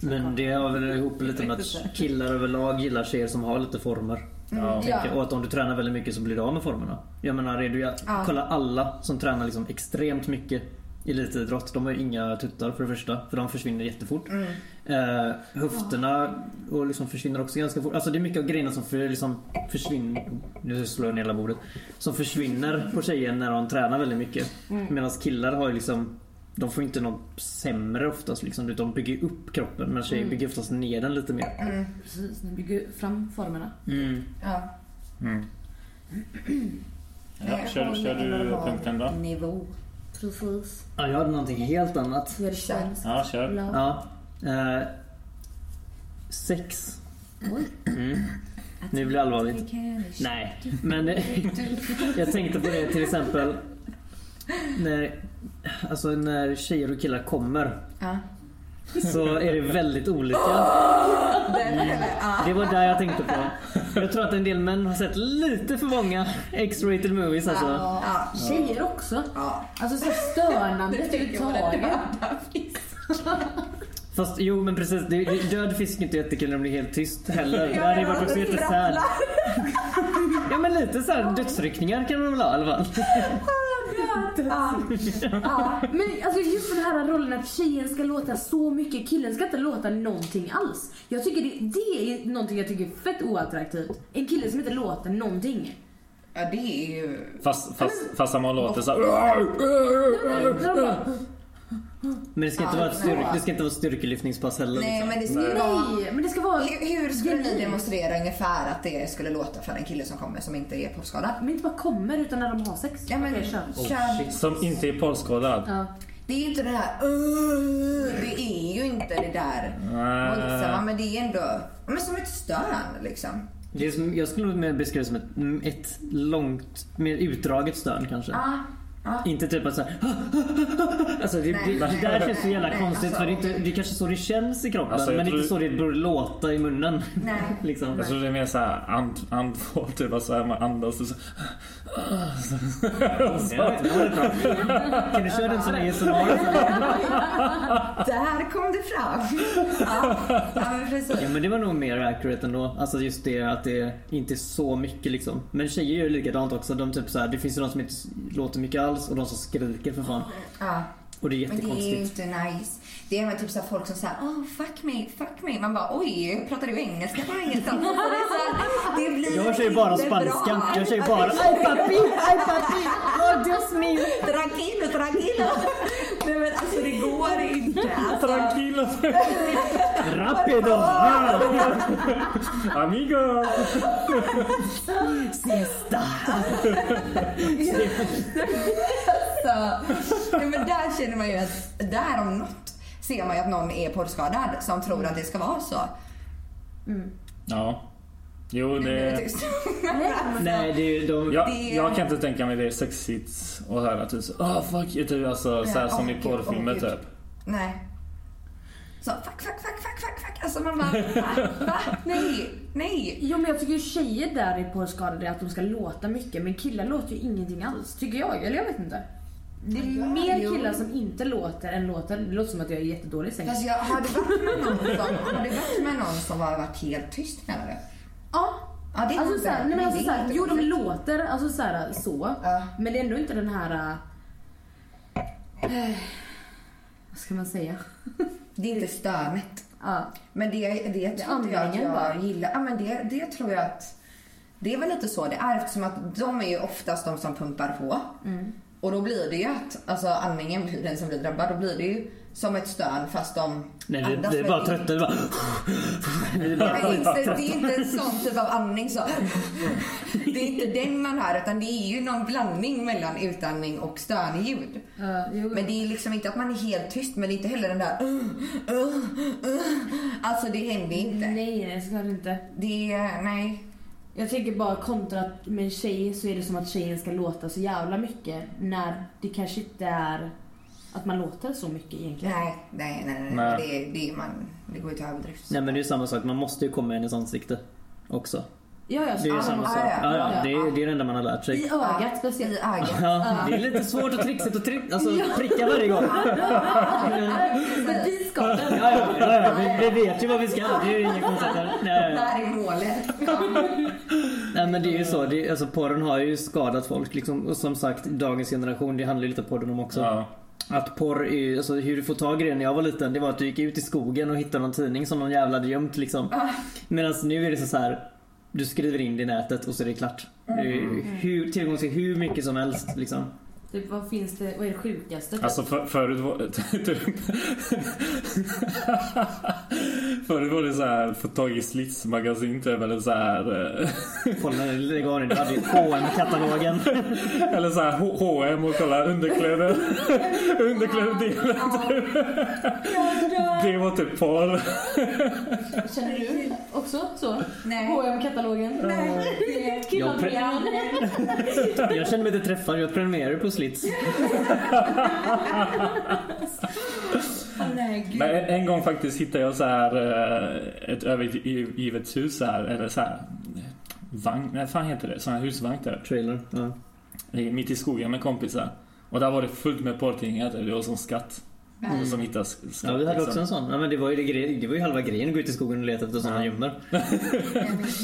Speaker 2: Men det har väl ihop lite med att killar överlag gillar tjejer som har lite former.
Speaker 3: Mm.
Speaker 5: Ja.
Speaker 2: tänker jag. Och att om du tränar väldigt mycket så blir du av med formerna. Jag menar, är du,
Speaker 3: Ja.
Speaker 2: kolla alla som tränar liksom extremt mycket elitidrott. De har ju inga tuttar för det första, för de försvinner jättefort.
Speaker 3: Mm.
Speaker 2: Eh, höfterna och liksom försvinner också ganska fort. Alltså det är mycket av grejerna som för, liksom försvinner. Nu slår jag ner hela bordet. Som försvinner på tjejer när de tränar väldigt mycket. Medan killar har ju liksom de får inte något sämre oftast liksom. utan De bygger upp kroppen men tjejer bygger oftast ner den lite mer.
Speaker 4: precis, ni bygger fram formerna.
Speaker 3: Mm.
Speaker 2: Mm.
Speaker 3: Ja.
Speaker 5: Mm. Ja, kör, kör du punkten då?
Speaker 3: Nivå.
Speaker 4: Precis.
Speaker 2: Ja, jag hade någonting helt annat.
Speaker 4: Gör det
Speaker 3: Kör.
Speaker 4: svenskt.
Speaker 5: Ja, kör.
Speaker 4: Bla.
Speaker 2: Ja. Eh, sex.
Speaker 4: Oj.
Speaker 2: Mm. Nu blir det allvarligt. Nej, men eh, jag tänkte på det till exempel när, alltså när tjejer och killar kommer
Speaker 3: Ja.
Speaker 2: så är det väldigt olika.
Speaker 3: Den eller? Mm. Ja.
Speaker 2: Det var där jag tänkte på. Jag tror att en del män har sett lite för många X-rated movies alltså.
Speaker 3: Ja.
Speaker 4: Tjejer också.
Speaker 3: Ja.
Speaker 4: Alltså så störande överhuvudtaget.
Speaker 2: Fast jo men precis, det, det, död fisk är inte jättekul när det blir helt tyst heller. Det hade ju varit också jättesad. Ja Ja men lite såhär dödsryckningar kan man väl ha i alla fall.
Speaker 4: Ja. Ja. Men alltså just den här rollen att tjejen ska låta så mycket, killen ska inte låta någonting alls. Jag tycker det, det är någonting jag tycker är fett oattraktivt. En kille som inte låter någonting.
Speaker 3: Ja, det är ju...
Speaker 5: Fast, fast, fast om man låter så här.
Speaker 4: Så de bara,
Speaker 2: Men det ska inte
Speaker 3: Ja,
Speaker 2: vara, ett
Speaker 3: nej.
Speaker 2: styrk, det ska inte vara ett styrkelyftningspass heller.
Speaker 3: Nej,
Speaker 2: liksom.
Speaker 3: men det skulle ju vara...
Speaker 4: Nej, men det ska vara...
Speaker 3: Hur- Hur skulle ni
Speaker 4: genuint.
Speaker 3: demonstrera ungefär att det skulle låta för en kille som kommer som inte är popskadad?
Speaker 4: Men inte bara kommer utan när de har sex.
Speaker 3: Ja, men,
Speaker 4: Okej, kör.
Speaker 3: kör.
Speaker 5: Som inte är porrskådad.
Speaker 4: Ja.
Speaker 3: Det är ju inte det här "Åh", Det är ju inte det där
Speaker 5: Nej.
Speaker 3: våldsamma men det är ändå men som ett stön liksom.
Speaker 2: Det är som, jag skulle mer beskriva det som ett, mm, ett långt, mer utdraget stön kanske.
Speaker 3: Ja, ja.
Speaker 2: Inte typ att såhär... Alltså det,
Speaker 3: Nej,
Speaker 2: det,
Speaker 3: nej,
Speaker 2: det där känns så
Speaker 3: nej,
Speaker 2: jävla
Speaker 3: nej,
Speaker 2: konstigt
Speaker 3: alltså.
Speaker 2: för det är, inte, det är kanske så det känns i kroppen
Speaker 5: Alltså, jag
Speaker 2: men det är
Speaker 5: tror-
Speaker 2: inte så det borde låta i munnen.
Speaker 3: Nej.
Speaker 2: liksom.
Speaker 5: Jag tror det är mer såhär and, andfådd, typ att så här man andas och så.
Speaker 2: Ja, det var det bra. Alltså. Kan du köra den som ASMR?
Speaker 3: Där kom det fram. Ja, ja men precis.
Speaker 2: Ja men det var nog mer accurate ändå. Alltså just det att det inte är så mycket liksom. Men tjejer gör ju likadant också. De typ så här, det finns ju de som inte s- låter mycket alls och de som skriker för fan.
Speaker 3: Ja.
Speaker 2: Och det är
Speaker 3: Men det är ju
Speaker 2: jättekonstigt.
Speaker 3: inte nice. Det är med typ så här folk som säger oh, fuck me, fuck me. Man bara oj, pratar du engelska på engelska? Alltså, det, är så här, det blir
Speaker 2: Jag kör ju bara
Speaker 3: inte
Speaker 2: spanska.
Speaker 3: bra.
Speaker 2: Jag kör ju bara Ay papi, ay papi, oh Dios mío.
Speaker 3: Tranquilo, tranquilo. Nej men alltså det går inte. Alltså,
Speaker 5: Tranquilo!
Speaker 2: Rapido!
Speaker 5: Amigo!
Speaker 2: Siesta!
Speaker 3: Så, nej, men där känner man ju att, där om något ser man ju att någon är porrskadad som tror att det ska vara så.
Speaker 5: Ja. Jo,
Speaker 3: Det är
Speaker 5: det...
Speaker 3: tyst.
Speaker 2: Nej, det är ju de...
Speaker 5: Jag,
Speaker 3: Det-
Speaker 5: jag kan inte tänka mig det är sexigt att höra typ så, ah fuck you, typ alltså så här
Speaker 3: Ja,
Speaker 5: som
Speaker 3: åh,
Speaker 5: i
Speaker 3: gud,
Speaker 5: porrfilmer
Speaker 3: åh, gud.
Speaker 5: typ.
Speaker 3: Nej. Så fuck, fuck, fuck, fuck, fuck, fuck. Alltså man bara, va? va? Nej, nej.
Speaker 4: Jo men jag tycker ju tjejer där är porrskadade att de ska låta mycket men killar låter ju ingenting alls. Tycker jag, eller jag vet inte. Det är
Speaker 3: Ja,
Speaker 4: mer
Speaker 3: jo.
Speaker 4: killar som inte låter än låter. Det låter som att jag är jättedålig i säng.
Speaker 3: Fast jag har du varit med någon som, har du varit med någon som har varit helt tyst menar du?
Speaker 4: Ja.
Speaker 3: Ja, det är
Speaker 4: alltså
Speaker 3: inte-
Speaker 4: såhär, nej men alltså
Speaker 3: det är
Speaker 4: såhär,
Speaker 3: inte
Speaker 4: jo de
Speaker 3: konstigt.
Speaker 4: låter alltså såhär så.
Speaker 3: Ja.
Speaker 4: Men det är ändå inte den här... eh, vad ska man säga?
Speaker 3: Det är inte stönet.
Speaker 4: Ja.
Speaker 3: Men det, det tror inte jag att
Speaker 4: andningen bara.
Speaker 3: jag gillar. Ja, men det, det tror jag att... Det är väl lite så det är eftersom att de är ju oftast de som pumpar på. Och då blir det ju att, alltså andningen blir den som blir drabbad. Då blir det ju som ett stön fast de
Speaker 2: Nej, vi,
Speaker 3: andas
Speaker 2: vi är bara
Speaker 3: väldigt-
Speaker 2: trötta. Vi bara... Vi är
Speaker 3: Men
Speaker 2: bara...
Speaker 3: inte, det är inte en sån typ av andning så. Det är inte den man hör utan det är ju någon blandning mellan utandning och stönljud.
Speaker 4: Ja, jo.
Speaker 3: Men det är liksom inte att man är helt tyst men det är inte heller den där uh, uh, uh. Alltså det händer inte.
Speaker 4: Nej, nej såklart inte.
Speaker 3: Det, nej.
Speaker 4: Jag tänker bara kontra att med en tjej så är det som att tjejen ska låta så jävla mycket när det kanske inte är att man låter så mycket egentligen.
Speaker 3: Nej, nej, nej. nej.
Speaker 5: Nej.
Speaker 3: Det, det, är man, det går ju till överdrift.
Speaker 2: Nej men det är ju samma sak, man måste ju komma i hennes ansikte också.
Speaker 4: Ja, ja, så-
Speaker 2: Det är ju
Speaker 4: ja,
Speaker 2: samma
Speaker 4: ja,
Speaker 2: sak.
Speaker 4: ja.
Speaker 2: Ja, ja, det, är, det är det enda man har lärt sig.
Speaker 4: I ögat speciellt.
Speaker 3: I ögat.
Speaker 2: Ja, det är lite svårt och trixigt att tri- alltså, pricka varje gång.
Speaker 4: Men vi ska den.
Speaker 2: Ja, ja, ja, ja, vi, vi vet ju vad vi ska. Det är ju inget konstigt. här. Nej, nej.
Speaker 3: Där är målet.
Speaker 2: Nej men det är ju så. Det, är- alltså, porren har ju skadat folk. Liksom. Och som sagt, dagens generation, det handlar ju lite porren om också.
Speaker 5: Ja.
Speaker 2: Att porr är ju, alltså hur du får tag i det när jag var liten det var att du gick ut i skogen och hittade någon tidning som någon jävla hade gömt liksom.
Speaker 3: Ah.
Speaker 2: Medan nu är det så, så här. Du skriver in det i nätet och så är det klart. Du
Speaker 3: Mm.
Speaker 2: har ju hur, tillgång till hur mycket som helst liksom.
Speaker 4: Typ, vad finns det? Vad är det sjukaste?
Speaker 5: Alltså för, förut var typ, Förut var det så här få tag i slitsmagasin typ eller så här eh,
Speaker 2: Kolla lägg av nu, du hade ju KM-katalogen.
Speaker 5: Eller så här H- H&M och kolla underkläder Underkläderdelen typ. Det var typ porr
Speaker 4: Känner du också så?
Speaker 3: Nej.
Speaker 4: hm katalogen Nej.
Speaker 2: Jag pre- Jag känner mig inte träffad, jag prenumererar på Slits.
Speaker 3: nej, gud.
Speaker 5: Men en, en gång faktiskt hittade jag så här eh, ett övergivet hus så här, eller så här vagn, nej fan heter det? Sån här husvagn typ. där.
Speaker 2: Trailer. Ja.
Speaker 5: I- Mitt i skogen med kompisar. Och där var det fullt med porrtidningar. Det var som skatt.
Speaker 3: Mm.
Speaker 2: Mm.
Speaker 5: Som hittar sk- skott.
Speaker 2: Ja, vi hade
Speaker 5: liksom.
Speaker 2: också en sån. Ja, men det, var ju det, gre- det var ju halva grejen att gå ut i skogen och leta efter såna gömmor.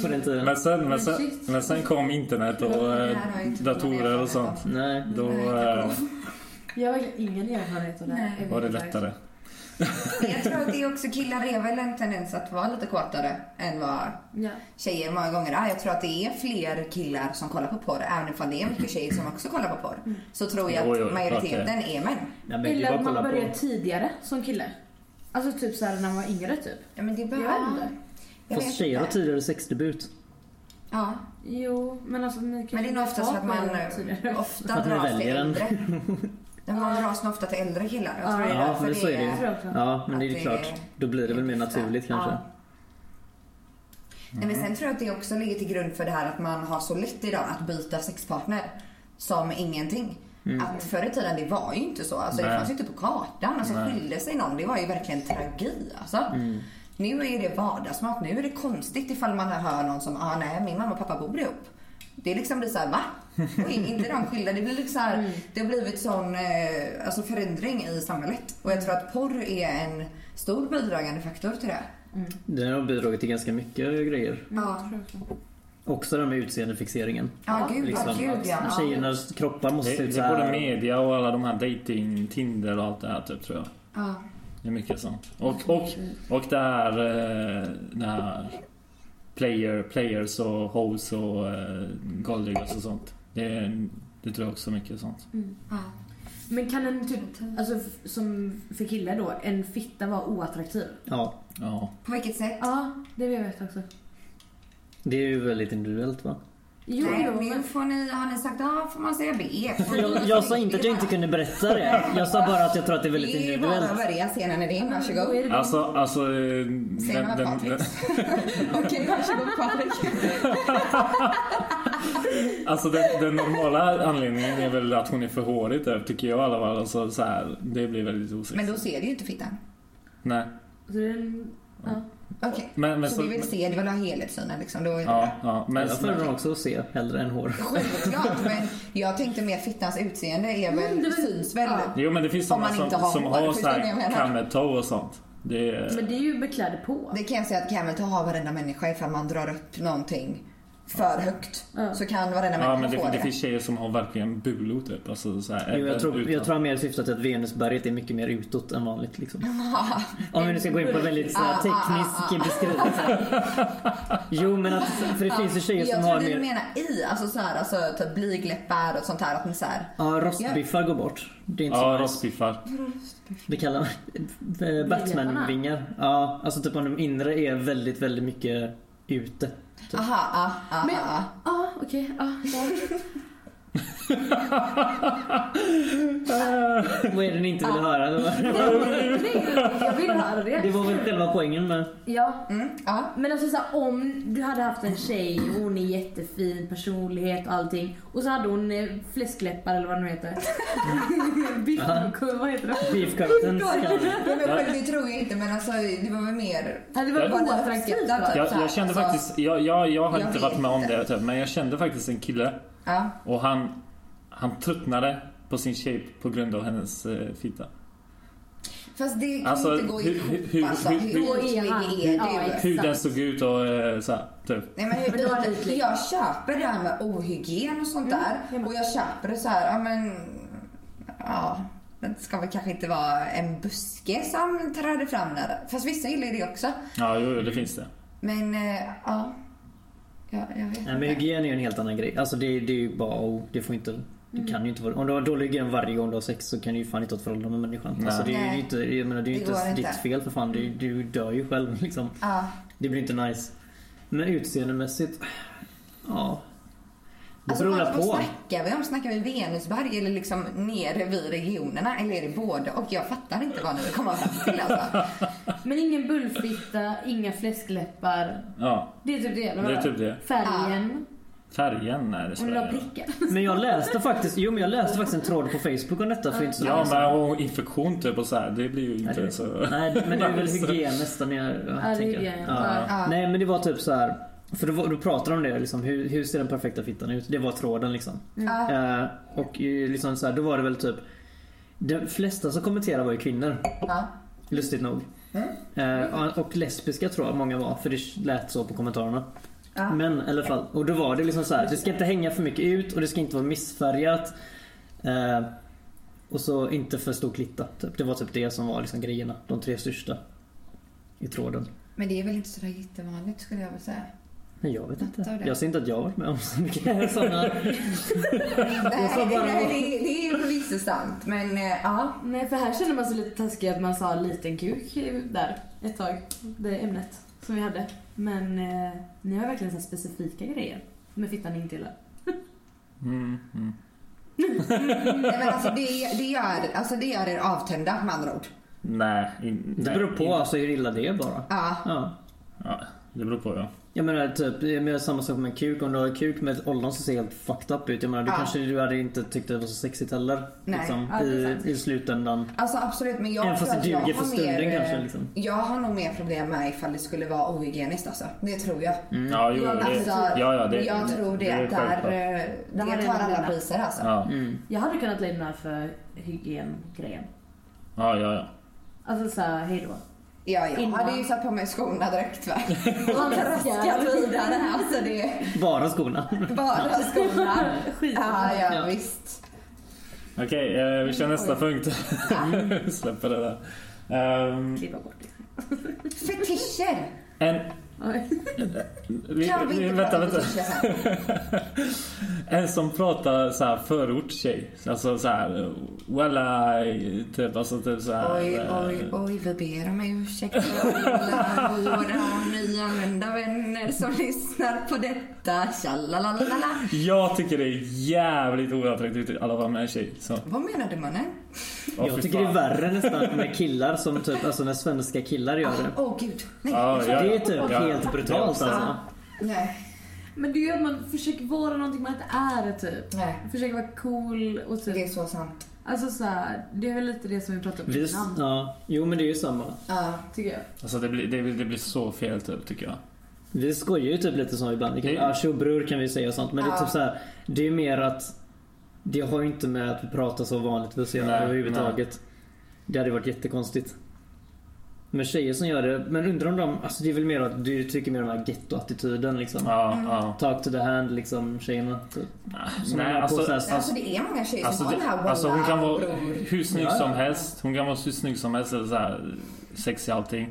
Speaker 2: På den tiden.
Speaker 5: Men sen, men,
Speaker 4: Men
Speaker 5: sen,
Speaker 4: shit.
Speaker 5: men sen kom internet och
Speaker 3: Mm. Det
Speaker 5: eh,
Speaker 3: här har jag inte
Speaker 5: datorer och sånt.
Speaker 2: Nej.
Speaker 5: Då
Speaker 3: Nej,
Speaker 5: eh,
Speaker 4: Jag har verkligen ingen erfarenhet av det här.
Speaker 3: Mm.
Speaker 5: var det lättare.
Speaker 3: Men Jag tror att det är också killar är väl en tendens att vara lite kåtare än vad
Speaker 4: Ja.
Speaker 3: tjejer många gånger är. Jag tror att det är fler killar som kollar på porr. Även ifall det är mycket tjejer som också kollar på porr. Så tror jag
Speaker 5: Jo, jo,
Speaker 3: att
Speaker 5: klart
Speaker 3: majoriteten är män.
Speaker 2: Nej, men det är
Speaker 4: Eller
Speaker 2: bara
Speaker 4: att man
Speaker 2: kolla på-
Speaker 4: börjar tidigare som kille. Alltså typ såhär när man var yngre typ.
Speaker 3: Ja, men det
Speaker 4: Jag vet inte.
Speaker 3: Jag vet
Speaker 2: Fast tjejer har typ-
Speaker 3: inte.
Speaker 2: tidigare sexdebut.
Speaker 3: Ja,
Speaker 4: Jo, men alltså ni kanske
Speaker 3: men det är nog oftast
Speaker 4: har
Speaker 3: för att man eh,
Speaker 4: börjat tidigare.
Speaker 3: ofta
Speaker 2: Att man
Speaker 3: dras till
Speaker 2: väljer en.
Speaker 3: äldre. Men Man dras nog ofta till äldre killar. Jag tror det är
Speaker 2: Ja,
Speaker 3: därför
Speaker 2: men så är det
Speaker 4: Jag tror också.
Speaker 2: Ja, men det är
Speaker 3: Att
Speaker 2: ju
Speaker 3: det är-
Speaker 2: klart. Då blir det väl mer naturligt kanske.
Speaker 3: Ja. Nej, men sen tror jag att det också ligger till grund för det här att man har så lätt idag att byta sexpartner som ingenting. Att förr i tiden det var ju inte så. Alltså, det
Speaker 5: Mm. Nej.
Speaker 3: fanns ju inte på kartan. Alltså,
Speaker 5: Nej. Mm.
Speaker 3: skilde sig någon, det var ju verkligen tragedi. Alltså. Nu är det vardagsmat. Nu är det konstigt ifall man hör någon som ah, nej, min mamma och pappa bor ihop. Det liksom blir såhär, va? Och in- inte de skilda. Det, blir liksom så
Speaker 5: Mm.
Speaker 3: här, det har blivit sån eh, alltså förändring i samhället. Och jag tror att porr är en stor bidragande faktor till det.
Speaker 2: Den har bidragit till ganska mycket grejer.
Speaker 3: Ja.
Speaker 4: Jag tror också.
Speaker 2: Också det här med utseendefixeringen.
Speaker 3: Ja, gud,
Speaker 2: Liksom,
Speaker 3: ja, gud ja.
Speaker 2: att tjejernas kroppar måste
Speaker 5: Det,
Speaker 2: se ut
Speaker 5: det
Speaker 2: så
Speaker 5: är både
Speaker 2: här.
Speaker 5: media och alla de här dating, Tinder och allt det här typ tror jag.
Speaker 3: ja.
Speaker 5: Det är mycket sånt. Och, och, och det här, eh, det här player, players och hoes och eh, golddiggers och sånt. Det, det tror jag också är mycket sånt.
Speaker 3: ja.
Speaker 4: Mm. Men kan en typ, alltså f- som för killar då, en fitta vara oattraktiv?
Speaker 2: Ja,
Speaker 5: Ja.
Speaker 3: På vilket sätt?
Speaker 4: Ja, det vill jag veta också.
Speaker 2: det är ju väldigt individuellt va?
Speaker 4: Jo,
Speaker 3: Nej,
Speaker 4: jo,
Speaker 3: nu
Speaker 4: men
Speaker 3: får ni, har ni sagt ja får man säga B. Får
Speaker 2: Jag,
Speaker 3: ni-
Speaker 2: jag sa inte att jag inte kunde berätta det. Jag sa bara att jag tror att det är väldigt
Speaker 3: Det är bara att
Speaker 2: individuellt.
Speaker 3: börja scenen är din,
Speaker 4: då är
Speaker 3: varsågod.
Speaker 4: det
Speaker 5: Alltså, alltså... eh,
Speaker 3: Säg
Speaker 5: den-
Speaker 3: några
Speaker 5: den-
Speaker 3: Patrik. Okej, varsågod Patrik.
Speaker 5: Alltså den, den normala anledningen är väl att hon är för hårig typ, tycker jag i alla fall. Alltså, så här, det blir väldigt osexigt.
Speaker 3: Men då ser du ju inte fittan.
Speaker 5: Nej.
Speaker 4: Så det är en, ja.
Speaker 3: Okej.
Speaker 5: Men, men
Speaker 3: Så vi vill se, du vill ha helhetssynen liksom. Då är det
Speaker 5: Ja,
Speaker 3: det.
Speaker 5: ja. Men,
Speaker 2: Jag föredrar också att se hellre än hår.
Speaker 3: Självklart, men jag tänkte mer fittans utseende är väl,
Speaker 4: Mm, det är väl-
Speaker 3: syns väl.
Speaker 4: ja.
Speaker 5: jo men det finns
Speaker 3: Om
Speaker 5: sådana
Speaker 3: man
Speaker 5: som,
Speaker 3: inte har
Speaker 5: som
Speaker 3: hår,
Speaker 5: har
Speaker 3: förstår ni vad jag
Speaker 5: såhär
Speaker 3: menar?
Speaker 5: camel toe och sånt. Det är,
Speaker 4: Men det är ju med kläder på.
Speaker 3: Det kan jag säga att camel toe har varenda människa ifall man drar upp någonting för högt.
Speaker 4: Ja.
Speaker 3: Så kan varenda
Speaker 5: ja
Speaker 3: människa
Speaker 5: men
Speaker 3: få
Speaker 5: det,
Speaker 3: det.
Speaker 5: det finns tjejer som har verkligen bulo typ. Alltså, så här,
Speaker 2: Jo, jag,
Speaker 5: även
Speaker 2: tror,
Speaker 5: utan-
Speaker 2: jag tror mer syftat till att Venusberget är mycket mer utåt än vanligt. Liksom. Om vi nu ska gå in på en väldigt så
Speaker 3: Ah,
Speaker 2: här, teknisk beskrivning. så här. Jo, men att, för det finns ju tjejer som
Speaker 3: Ah, jag
Speaker 2: har
Speaker 3: trodde du
Speaker 2: mer...
Speaker 3: menar i, alltså så här, alltså typ blygläppar och sånt här. Att ni så här
Speaker 2: Ja, rostbiffar går bort. Det är inte
Speaker 5: Ja,
Speaker 2: så nice.
Speaker 5: rostbiffar.
Speaker 2: Det kallar man eh, Batman-vingar. Ja, alltså typ om de inre är väldigt, väldigt mycket ute.
Speaker 3: Aha, ah, ah,
Speaker 4: Men,
Speaker 3: ah.
Speaker 4: ja okej, ja. ja.
Speaker 2: Vad är det ni inte vill höra? Det var-
Speaker 4: Nej, Jag vill höra
Speaker 2: Det
Speaker 4: det.
Speaker 2: var väl själva poängen med...
Speaker 4: Ja.
Speaker 3: Mm, ja.
Speaker 4: Men alltså så här, om du hade haft en tjej och hon är jättefin personlighet och allting och så hade hon eh, fläskläppar eller vad det nu heter. Biffkurv, vad heter det?
Speaker 2: Beef curtains.
Speaker 3: Nej, men själv, det tror jag inte men alltså det var väl mer...
Speaker 4: Hade det
Speaker 5: Jag-
Speaker 4: varit
Speaker 3: Jag-
Speaker 4: oattraktivt va?
Speaker 5: Jag,
Speaker 3: Så här,
Speaker 5: jag kände
Speaker 3: alltså-
Speaker 5: faktiskt, jag, jag, jag har
Speaker 3: Jag
Speaker 5: inte
Speaker 3: vet
Speaker 5: varit med om
Speaker 3: inte.
Speaker 5: det typ, men jag kände faktiskt en kille
Speaker 3: Ja.
Speaker 5: och han, han tröttnade på sin tjej på grund av hennes eh, fitta.
Speaker 3: Fast det kan
Speaker 5: Alltså,
Speaker 3: inte gå
Speaker 5: hur-
Speaker 3: ihop
Speaker 5: hur-
Speaker 3: alltså.
Speaker 5: hur-
Speaker 3: Hur
Speaker 4: hur-
Speaker 3: ytlig
Speaker 4: Ja,
Speaker 3: är
Speaker 4: ja,
Speaker 3: du?
Speaker 4: exakt.
Speaker 5: Hur den såg ut och eh, så här, typ.
Speaker 3: Nej, men
Speaker 4: Men då är det ytlig.
Speaker 3: hur, jag köper det här med ohygien och sånt där. Och jag köper det så här, ja men... Ja, det ska väl kanske inte vara en buske som trädde fram där. Fast vissa gillar ju det också.
Speaker 5: Ja, jo, jo, det finns det.
Speaker 3: Men eh, ja. ja jag vet
Speaker 2: Nej men
Speaker 3: inte.
Speaker 2: hygien är ju en helt annan grej. Alltså det, det är ju bara oh, det får inte...
Speaker 3: Mm.
Speaker 2: Det kan ju inte vara, om du har dålig hygien varje gång du har sex så kan du ju fan inte ha ett förhållande med människan.
Speaker 5: Nej.
Speaker 2: Alltså det är ju
Speaker 3: Nej.
Speaker 2: inte, jag menar, det är ju
Speaker 3: Det går
Speaker 2: inte
Speaker 3: inte.
Speaker 2: ditt fel för fan. Du, du dör ju själv liksom.
Speaker 3: Ja.
Speaker 2: Det blir inte nice. Men utseendemässigt... Ja. Det
Speaker 3: Alltså,
Speaker 2: beror
Speaker 3: vad,
Speaker 2: väl
Speaker 3: vad
Speaker 2: på.
Speaker 3: snackar vi om? Snackar vi Venusberg eller liksom nere vid regionerna? Eller är det både och? Jag fattar inte vad ni vill komma fram till alltså.
Speaker 4: Men ingen bullfitta, inga fläskläppar.
Speaker 5: Ja,
Speaker 4: Det är typ det. eller
Speaker 5: det är
Speaker 4: vad?
Speaker 5: typ det.
Speaker 4: Färgen.
Speaker 5: Färgen är det
Speaker 4: Om du har
Speaker 5: spelar roll.
Speaker 4: prickar.
Speaker 2: Men jag läste faktiskt Jo men jag läste faktiskt en tråd på Facebook om detta för inte så
Speaker 5: Ja,
Speaker 2: länge sedan.
Speaker 5: men och infektion typ och så här, det blir ju inte
Speaker 2: det-
Speaker 5: så...
Speaker 2: Nej men det är väl
Speaker 5: Nice.
Speaker 2: hygien nästan jag, jag
Speaker 4: det är
Speaker 2: tänker.
Speaker 4: hygien.
Speaker 2: Ja.
Speaker 3: Ja.
Speaker 2: Nej men det var typ så här. För då, var- då pratade de om det liksom. Hur, hur ser den perfekta fittan ut? Det var tråden liksom.
Speaker 3: Ja.
Speaker 2: Eh, och eh, liksom så här, då var det väl typ De flesta som kommenterade var ju kvinnor.
Speaker 3: Ja.
Speaker 2: Lustigt nog.
Speaker 3: Mm.
Speaker 2: Eh, och lesbiska tror jag många var, för det lät så på kommentarerna.
Speaker 3: Ja.
Speaker 2: Men i alla fall, och då var det liksom så här. det ska inte hänga för mycket ut och det ska inte vara missfärgat. Eh, och så inte för stor klitta. Typ. Det var typ det som var liksom grejerna, de tre största. I tråden.
Speaker 3: Men det är väl inte sådär jättevanligt skulle jag vilja säga.
Speaker 2: Men jag vet
Speaker 3: Fattar
Speaker 2: inte.
Speaker 3: du det?
Speaker 2: Jag ser inte att jag har varit med om så mycket sådana.
Speaker 3: Nej,
Speaker 2: sa bara-
Speaker 3: nej, det, det är ju förvisso sant. Men eh, ja.
Speaker 6: Nej, för här känner man sig lite taskig att man sa liten kuk där ett tag. Det ämnet som vi hade. Men eh, ni har verkligen så här specifika grejer med fittan ni inte gillar.
Speaker 5: Mm, mm.
Speaker 3: Nej, men alltså, det, det, gör, alltså, det gör er avtända med andra ord.
Speaker 5: Nej, in,
Speaker 2: Det
Speaker 5: nej,
Speaker 2: beror på
Speaker 5: in-
Speaker 2: alltså hur illa det är bara.
Speaker 3: Ja.
Speaker 2: Ja.
Speaker 5: Ja, det beror
Speaker 3: Mm.
Speaker 5: på ja.
Speaker 2: Jag menar typ, jag menar samma sak med en kuk. Om du har en kuk med ett ollon som ser helt fucked up ut. Jag menar du
Speaker 3: Ja.
Speaker 2: kanske du hade inte tyckt det var så sexigt heller.
Speaker 3: Nej,
Speaker 2: Liksom,
Speaker 6: ja, det är
Speaker 2: i,
Speaker 6: sant.
Speaker 2: I slutändan.
Speaker 3: Alltså absolut men jag
Speaker 2: Även fast
Speaker 3: tror
Speaker 2: det
Speaker 3: att jag
Speaker 2: duger för
Speaker 3: har
Speaker 2: stunden
Speaker 3: mer, eh,
Speaker 2: kanske, liksom.
Speaker 3: Jag har nog mer problem med ifall det skulle vara ohygieniskt alltså. Det tror jag.
Speaker 5: Ja, jo,
Speaker 6: Ja,
Speaker 5: det,
Speaker 3: Alltså,
Speaker 5: ja, ja, det,
Speaker 3: jag tror det,
Speaker 5: är
Speaker 3: där,
Speaker 5: självklart.
Speaker 3: eh,
Speaker 6: Där har
Speaker 3: det
Speaker 6: du
Speaker 3: tar
Speaker 6: en
Speaker 3: alla
Speaker 6: lilla.
Speaker 3: priser alltså.
Speaker 5: Ja,
Speaker 6: Jag hade kunnat lämna för hygiengrejen.
Speaker 5: ja, ja. ja.
Speaker 6: Alltså såhär, hejdå.
Speaker 3: Ja, jag
Speaker 6: Innan.
Speaker 3: hade ju satt på mig skorna direkt va. Och traskat vidare. Alltså det är
Speaker 2: Bara skorna.
Speaker 3: bara skorna.
Speaker 6: Skit.
Speaker 3: Ja, ja
Speaker 2: Ja.
Speaker 3: visst.
Speaker 5: Okej, eh, vi kör nästa punkt.
Speaker 3: Mm.
Speaker 5: Släpper det där. Ehm,
Speaker 6: Klippa bort det.
Speaker 3: Fetischer!
Speaker 5: en...
Speaker 6: Oj.
Speaker 5: Vi,
Speaker 3: Kan vi
Speaker 5: vi,
Speaker 3: inte prata
Speaker 5: vänta, vänta.
Speaker 3: fetischer här?
Speaker 5: En som pratar så här förortstjej. Alltså så här, walla, typ, alltså typ så här.
Speaker 3: Oj,
Speaker 5: eh,
Speaker 3: oj, oj, vi ber om ursäkt för alla våra nyanlända vänner som lyssnar på detta. Tjalalalala.
Speaker 5: Jag tycker det är jävligt oattraktivt i alla fall med en tjej. Så,
Speaker 3: Vad menade mannen?
Speaker 5: åh, fy
Speaker 2: jag tycker det är
Speaker 5: fan.
Speaker 2: värre nästan med killar som typ, alltså när svenska killar gör det.
Speaker 3: Åh oh, gud. Nej.
Speaker 5: Ja, ja, ja.
Speaker 2: Det är typ
Speaker 5: Ja.
Speaker 2: helt brutalt alltså.
Speaker 3: Nej.
Speaker 6: Men det är ju att man försöker vara någonting man inte är typ.
Speaker 3: Nej.
Speaker 6: Försöker vara cool och
Speaker 3: Det
Speaker 6: typ.
Speaker 3: är så sant.
Speaker 6: Alltså såhär, det är väl lite det som vi pratade om
Speaker 2: Vi,
Speaker 6: innan.
Speaker 2: ja, jo men det är ju samma.
Speaker 3: Ja.
Speaker 6: Tycker jag.
Speaker 5: Alltså det blir, det, blir, det blir så fel typ, tycker jag.
Speaker 2: Vi skojar ju typ lite så ibland. Vi kan,
Speaker 5: Det-
Speaker 2: ja, tjo bror kan vi säga och sånt. Men det är
Speaker 3: Ja.
Speaker 2: typ så här, Det är mer att det har ju inte med att vi pratar så vanligtvis att göra
Speaker 5: Nej,
Speaker 2: överhuvudtaget. Det hade varit jättekonstigt. Men tjejer som gör det, men undrar om de, alltså det är väl mer att du tycker mer om den här gettoattityden liksom.
Speaker 5: Ja,
Speaker 3: Mm.
Speaker 5: ja.
Speaker 2: Talk to the hand liksom tjejerna. Typ. Som
Speaker 5: Nej,
Speaker 2: de har
Speaker 5: alltså,
Speaker 2: på så här-
Speaker 3: Alltså, det är många tjejer
Speaker 5: Alltså,
Speaker 3: som har
Speaker 5: det,
Speaker 3: den här
Speaker 5: alltså hon kan vara
Speaker 3: bror.
Speaker 5: hur snygg
Speaker 2: Ja, ja,
Speaker 5: som
Speaker 2: ja.
Speaker 5: helst. Hon kan vara hur snygg som helst eller så här sexig och allting.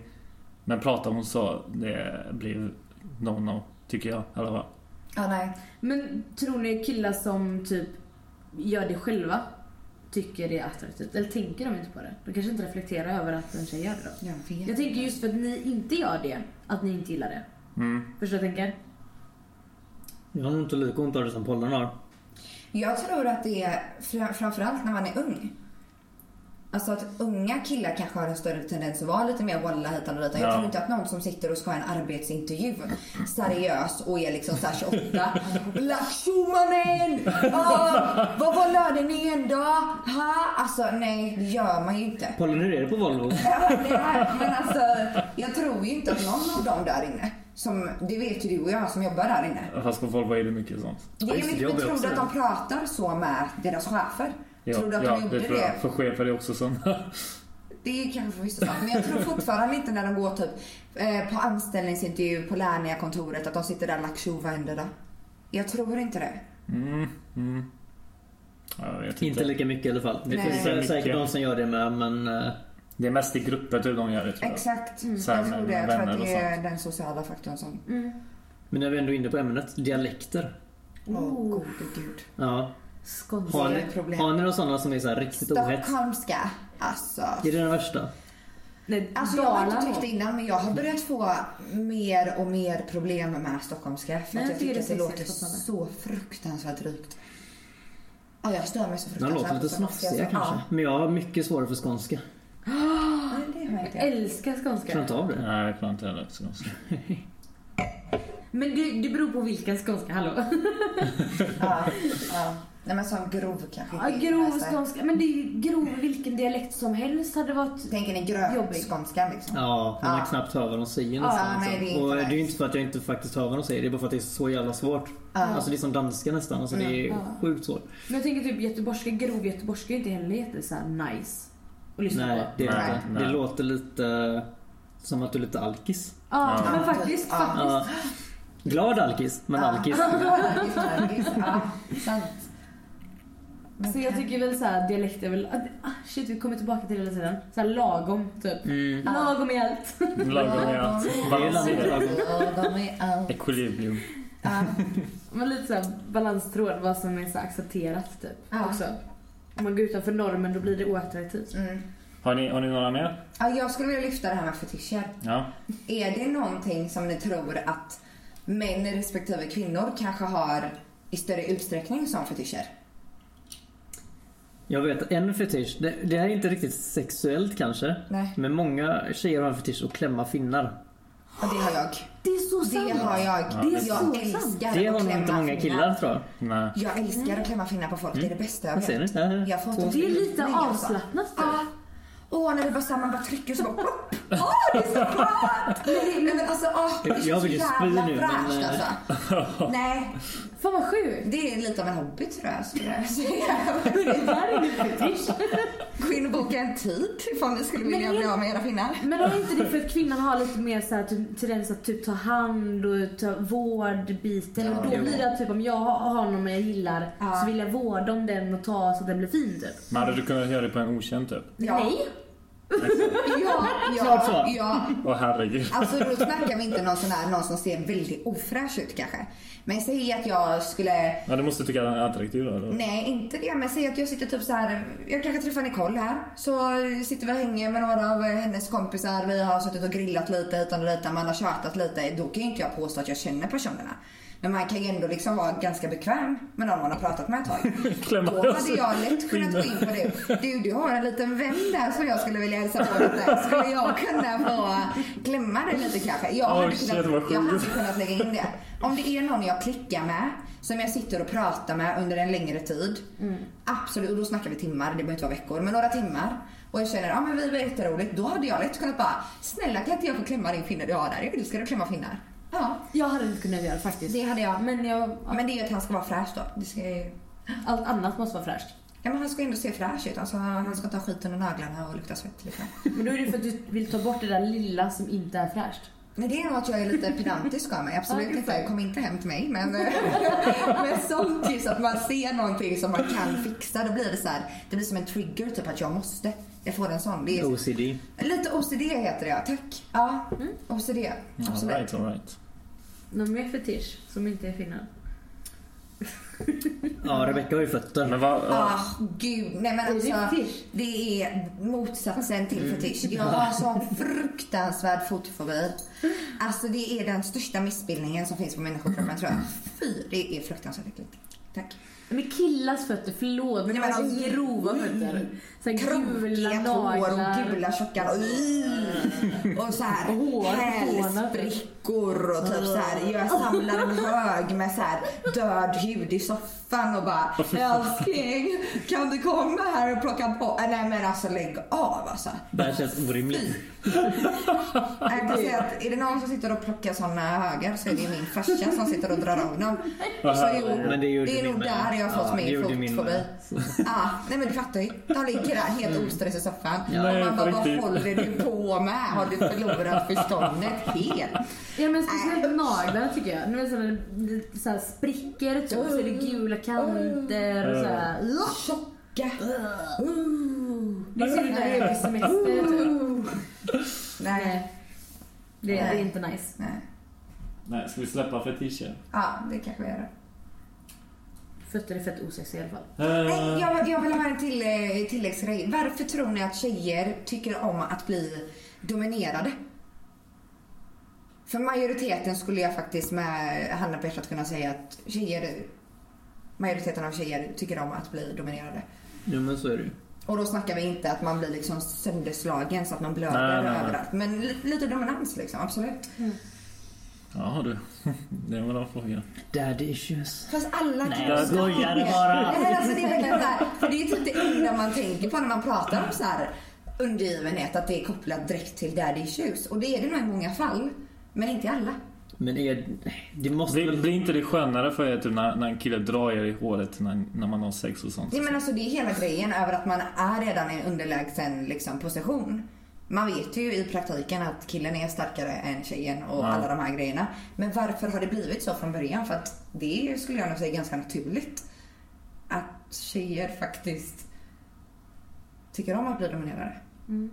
Speaker 5: Men pratar hon så, det blir no-no. Tycker jag i alla fall.
Speaker 3: Ja, nej.
Speaker 6: Men tror ni killar som typ gör det själva tycker det är attraktivt? Eller tänker de inte på det? De kanske inte reflekterar över att en tjej gör det då?
Speaker 3: Jag vet.
Speaker 6: Jag tänker just för att ni inte gör det, att ni inte gillar det.
Speaker 5: Mm.
Speaker 6: Förstår vad jag tänker?
Speaker 2: Jag har nog inte lika ont av det som pollen har.
Speaker 3: Jag tror att det är fra- framförallt när man är ung. Alltså att unga killar kanske har en större tendens att vara lite mer walla hit och dit. Jag
Speaker 5: Ja.
Speaker 3: tror inte att någon som sitter och ska ha en arbetsintervju seriös och är liksom såhär 28. Lax mannen! Ah, Vad var lönen igen då? Ha? Alltså nej, det gör man ju inte.
Speaker 2: Pollen hur är det på Volvo?
Speaker 3: Ja, det är- Men alltså, jag tror ju inte att någon av dem där inne, som, det vet ju du och jag som jobbar där inne.
Speaker 5: Fast på Volvo är det mycket sånt.
Speaker 3: Det
Speaker 2: Ja,
Speaker 3: är
Speaker 2: just det,
Speaker 3: mycket, men
Speaker 2: jobbar
Speaker 3: tror
Speaker 2: också
Speaker 3: du att de pratar så med deras chefer?
Speaker 5: Ja,
Speaker 3: tror du att
Speaker 5: ja,
Speaker 3: de gjorde
Speaker 5: det? tror
Speaker 3: det?
Speaker 5: jag. För chefer är också såna.
Speaker 3: Det är kanske förvisso sant. Men jag tror fortfarande inte när de går typ eh, på anställningsintervju på Lernia-kontoret att de sitter där laktjovänderna. Jag tror inte det.
Speaker 5: Mm, mm. Ja, jag vet
Speaker 2: Inte
Speaker 5: inte.
Speaker 2: lika mycket i alla fall. Det
Speaker 3: Nej.
Speaker 2: finns
Speaker 5: Inte
Speaker 2: eh, säkert
Speaker 5: mycket.
Speaker 2: de som gör det med men... eh,
Speaker 5: Det är mest i grupper typ de gör det tror jag.
Speaker 3: Exakt. Mm,
Speaker 5: Så här
Speaker 3: jag tror
Speaker 5: med
Speaker 3: det. Jag tror
Speaker 5: vänner
Speaker 3: att
Speaker 5: och
Speaker 3: det är den sociala faktorn som...
Speaker 2: Men när vi ändå är inne på ämnet, dialekter.
Speaker 3: Åh
Speaker 6: Oh.
Speaker 3: gode gud.
Speaker 2: Ja.
Speaker 6: Skånska.
Speaker 2: Har
Speaker 3: Det
Speaker 2: ni,
Speaker 3: är ett problem.
Speaker 2: har ni några sådana som är så här riktigt ohets?
Speaker 3: Stockholmska. Alltså.
Speaker 2: Är det den värsta?
Speaker 6: Nej,
Speaker 3: Alltså jag har inte tyckt det innan men jag har börjat få mer och mer problem med stockholmska. För
Speaker 6: Nej,
Speaker 3: att jag tycker att det låter
Speaker 6: sexigt fortfarande.
Speaker 3: så fruktansvärt drygt. Ja, jag stör mig så alltså.
Speaker 2: De
Speaker 3: fruktansvärt.
Speaker 2: låter lite
Speaker 3: på stockholmska,
Speaker 2: snofsiga
Speaker 3: så-
Speaker 2: kanske. Men jag har mycket svårare för skånska.
Speaker 3: Ja, Nej, det har jag inte.
Speaker 6: Älskar
Speaker 2: Klarar
Speaker 6: skånska.
Speaker 2: inte av det.
Speaker 5: Nej, jag klarar inte heller skånska.
Speaker 6: Men det, det beror på vilken skånska, hallå.
Speaker 3: Ja, ja. Nej men som grov kanske
Speaker 4: Ja,
Speaker 3: inte är
Speaker 4: grov
Speaker 3: nästa.
Speaker 4: skånska. Men det är ju grov vilken dialekt som helst hade varit...
Speaker 3: Tänker ni
Speaker 4: Jobbig.
Speaker 3: grövskånska liksom?
Speaker 2: Ja, man
Speaker 3: Ja.
Speaker 2: har knappt hör vad de säger
Speaker 3: Ja,
Speaker 2: nästan.
Speaker 3: nej,
Speaker 2: liksom.
Speaker 3: det är inte
Speaker 2: och det är
Speaker 3: nice.
Speaker 2: ju inte för att jag inte faktiskt hör vad de säger, det är bara för att det är så jävla svårt.
Speaker 3: Ja.
Speaker 2: Alltså det är som danska nästan, alltså det är sjukt svårt.
Speaker 4: Men jag tänker typ göteborgska, grov göteborgska är inte heller jätte så här nice att lyssna
Speaker 2: Nej,
Speaker 4: på.
Speaker 2: det är det
Speaker 5: Nej,
Speaker 2: inte.
Speaker 5: nej.
Speaker 2: Det låter lite som att du är lite alkis.
Speaker 4: Ja,
Speaker 5: Ja.
Speaker 4: men faktiskt.
Speaker 3: Ja.
Speaker 4: faktiskt.
Speaker 2: Ja. Glad alkis, men alkis.
Speaker 3: Alkis, ja. Sant. Men
Speaker 6: Så jag
Speaker 3: kan-
Speaker 6: tycker väl såhär dialekt är väl... Ah, shit vi kommer tillbaka till det hela tiden. Såhär lagom typ.
Speaker 2: Mm.
Speaker 6: Lagom i allt.
Speaker 5: Lagom är allt. Balanserat.
Speaker 3: Ja, de är allt.
Speaker 5: Ekvilibrium.
Speaker 3: Ja.
Speaker 6: Men lite såhär balanstråd vad som är så accepterat typ.
Speaker 3: Ja.
Speaker 6: Också. Om man går utanför normen då blir det oattraktivt.
Speaker 3: Mm.
Speaker 5: Har ni, har ni några mer?
Speaker 3: Ja, jag skulle vilja lyfta det här med fetischer.
Speaker 5: Ja.
Speaker 3: Är det någonting som ni tror att män respektive kvinnor kanske har i större utsträckning som fetischer?
Speaker 2: Jag vet en fetisch, det, det här är inte riktigt sexuellt kanske.
Speaker 3: Nej.
Speaker 2: Men många tjejer har en fetisch att klämma finnar.
Speaker 3: Och det har jag.
Speaker 4: Det är så sant.
Speaker 3: Det har jag.
Speaker 5: Ja, det är
Speaker 3: jag
Speaker 4: så
Speaker 3: älskar
Speaker 4: sant.
Speaker 2: Det
Speaker 3: att
Speaker 2: har nog
Speaker 3: klämma
Speaker 2: inte många
Speaker 3: finnar.
Speaker 2: killar tror jag.
Speaker 5: Nej.
Speaker 3: Jag älskar att klämma finnar på folk. Det är det bästa jag
Speaker 2: Vad
Speaker 3: vet.
Speaker 2: säger ni? Äh,
Speaker 3: Jag får
Speaker 4: Det är lite
Speaker 3: Nej, alltså.
Speaker 4: avslappnat. typ.
Speaker 3: Ja. Åh, när det bara så här, man bara trycker och så bara plopp. Åh, det är så skönt! Nej men alltså, åh, det är så
Speaker 2: Jag vill ju spy
Speaker 3: jävla
Speaker 2: nu, men,
Speaker 3: fräscht
Speaker 2: eh.
Speaker 3: alltså. Nej,
Speaker 6: Fan vad sjukt!
Speaker 3: det är lite av en hobby tror jag skulle jag säga.
Speaker 6: Det här är ju fetisch.
Speaker 3: Gå in och boka en tid ifall ni skulle vilja
Speaker 6: Men
Speaker 3: bli
Speaker 6: är-
Speaker 3: av med era finnar.
Speaker 6: Men är inte det för att kvinnan har lite mer så här, typ, tendens att typ ta hand och ta vårdbiten och då
Speaker 3: jo.
Speaker 6: blir det typ om jag har någon jag gillar
Speaker 3: Ja.
Speaker 6: så vill jag vårda om den och ta så att den blir fin typ.
Speaker 5: Men hade du kunnat göra det på en okänd typ?
Speaker 3: Ja.
Speaker 6: Nej!
Speaker 3: Ja,
Speaker 2: Klart
Speaker 3: ja,
Speaker 2: så.
Speaker 3: ja.
Speaker 5: Åh herregud.
Speaker 3: Alltså då snackar vi inte någon sån här, någon som ser väldigt ofräsch ut kanske. Men säg att jag skulle
Speaker 5: Ja, du måste tycka att den är attraktiv då. eller?
Speaker 3: Nej, inte det. Men säg att jag sitter typ så här. Jag kanske träffar Nicole här. Så sitter vi och hänger med några av hennes kompisar. Vi har suttit och grillat lite hit och dit. Man har tjatat lite. Då kan ju inte jag påstå att jag känner personerna. Men man kan ju ändå liksom vara ganska bekväm med någon man har pratat med ett tag.
Speaker 5: Klämma
Speaker 3: Då
Speaker 5: loss
Speaker 3: hade jag lätt kunnat gå in på det. Du, du har en liten vän där som jag skulle vilja hälsa på lite. Skulle jag kunna få klämma dig lite kanske? Jag
Speaker 5: Åh,
Speaker 3: hade,
Speaker 5: shit, vad
Speaker 3: kunnat,
Speaker 5: sjukt.
Speaker 3: jag hade kunnat lägga in det. Om det är någon jag klickar med, som jag sitter och pratar med under en längre tid. Absolut, och då snackar vi timmar, det behöver inte vara veckor, men några timmar. Och jag känner, ja men vi var jätteroligt. Då hade jag lätt kunnat bara, snälla kan inte jag få klämma din finne du har där? Jag älskar att klämma finnar. Ja,
Speaker 6: Jag hade inte kunnat göra det faktiskt.
Speaker 3: det hade jag.
Speaker 6: Men jag,
Speaker 3: Men det är ju att han ska vara fräsch då. Det ska ju...
Speaker 6: allt annat måste vara fräscht.
Speaker 3: Ja, men han ska ändå se fräsch ut. Alltså, han ska ta skit under naglarna och lukta svett. Liksom.
Speaker 6: Men då är det för att du vill ta bort det där lilla som inte är fräscht.
Speaker 3: Nej, det är nog att jag är lite pedantisk av mig. Absolut
Speaker 6: Ja, det är
Speaker 3: inte.
Speaker 6: fint.
Speaker 3: Kom inte hem till mig. Men, men sånt just att man ser någonting som man kan fixa. Då blir det så här, det blir som en trigger typ att jag måste. Jag får en sån. Det är,
Speaker 2: OCD.
Speaker 3: Lite OCD heter det ja. Tack. Ja,
Speaker 6: Mm.
Speaker 3: OCD.
Speaker 5: All
Speaker 3: Absolut.
Speaker 5: right, all right.
Speaker 6: Någon mer fetisch som inte är finnar?
Speaker 2: Ja, Rebecca har ju fötter.
Speaker 5: Men vad...
Speaker 3: Ah, gud. Nej men
Speaker 6: Är det
Speaker 3: alltså.
Speaker 6: fetisch?
Speaker 3: Det är motsatsen till fetisch. Jag har sån fruktansvärd fotofobi. Alltså det är den största missbildningen som finns på människokroppen tror jag. Fy, det är fruktansvärt äckligt. Tack.
Speaker 6: Men killars fötter, förlåt men
Speaker 3: Ja,
Speaker 6: det
Speaker 3: men
Speaker 6: var så
Speaker 3: alltså-
Speaker 6: grova fötter. Såhär gula
Speaker 3: Krokiga tår och
Speaker 6: naglar.
Speaker 3: gula tjocka Mm. Och så här
Speaker 6: Och hår, Mm.
Speaker 3: hälsprickor och typ så här. Jag samlar en hög med så här död hud i soffan och bara älskling kan du komma här och plocka på? Äh, Nej men alltså lägg av alltså.
Speaker 2: Det här känns orimligt.
Speaker 3: alltså, Jag kan säga att är det någon som sitter och plockar såna högar så är det min farsa som sitter och drar av dem. Så jo,
Speaker 2: Men det gjorde
Speaker 3: är nog
Speaker 2: min med.
Speaker 3: där jag har
Speaker 2: Ja,
Speaker 3: fått
Speaker 2: det
Speaker 3: min
Speaker 2: gjorde min
Speaker 3: fotfobi.
Speaker 2: med. Mm.
Speaker 3: Ja, nej men du fattar ju. De ligger där helt ostressade i soffan.
Speaker 5: Nej,
Speaker 3: och man bara,
Speaker 5: på
Speaker 3: vad
Speaker 5: riktigt.
Speaker 3: håller du på med? Har du förlorat förståndet helt?
Speaker 6: Ja men speciellt naglarna tycker jag. Nu är det såhär, det såhär spricker typ, och så är det gula kanter och såhär.
Speaker 3: Mm. Tjocka.
Speaker 6: Det ser ut när det är på semester typ.
Speaker 3: Nej.
Speaker 6: Nej. Det, det är inte nice.
Speaker 3: nej.
Speaker 5: Nej, ska vi släppa fetischer? Eh,
Speaker 3: Ja, det kanske vi gör.
Speaker 6: Fötter är fett osexiga i alla fall.
Speaker 3: Nej, jag, jag vill ha en till, eh, tilläggsgrej. Varför tror ni att tjejer tycker om att bli dominerade? För majoriteten skulle jag faktiskt med handen på hjärtat kunna säga att tjejer, majoriteten av tjejer tycker om att bli dominerade.
Speaker 2: Jo men så är det ju.
Speaker 3: Och då snackar vi inte att man blir liksom sönderslagen så att man blöder
Speaker 5: Nej, nej, nej.
Speaker 3: överallt. Men li- lite dominans liksom, absolut.
Speaker 5: Ja du, det var en fråga.
Speaker 2: Daddy issues.
Speaker 3: Fast alla
Speaker 2: Nej,
Speaker 3: kan
Speaker 2: jag
Speaker 3: snacka om
Speaker 2: skojar
Speaker 3: det.
Speaker 2: bara.
Speaker 3: Nej, men alltså, det är verkligen så här, för det är typ det enda man tänker på när man pratar om så här undergivenhet, att det är kopplat direkt till daddy issues. Och det är det nog i många fall, men inte i alla.
Speaker 2: Men är... nej, Det måste
Speaker 5: Blir,
Speaker 2: väl...
Speaker 5: blir inte det skönare för er typ, när, när en kille drar er i håret när, när man har sex och sånt?
Speaker 3: Ja, men alltså, det är hela grejen över att man är redan i en underlägsen liksom, position. Man vet ju i praktiken att killen är starkare än tjejen och
Speaker 5: Ja.
Speaker 3: alla de här grejerna. Men varför har det blivit så från början? För att det är, skulle jag nog säga ganska naturligt. Att tjejer faktiskt tycker om att bli dominerade.
Speaker 6: Mm.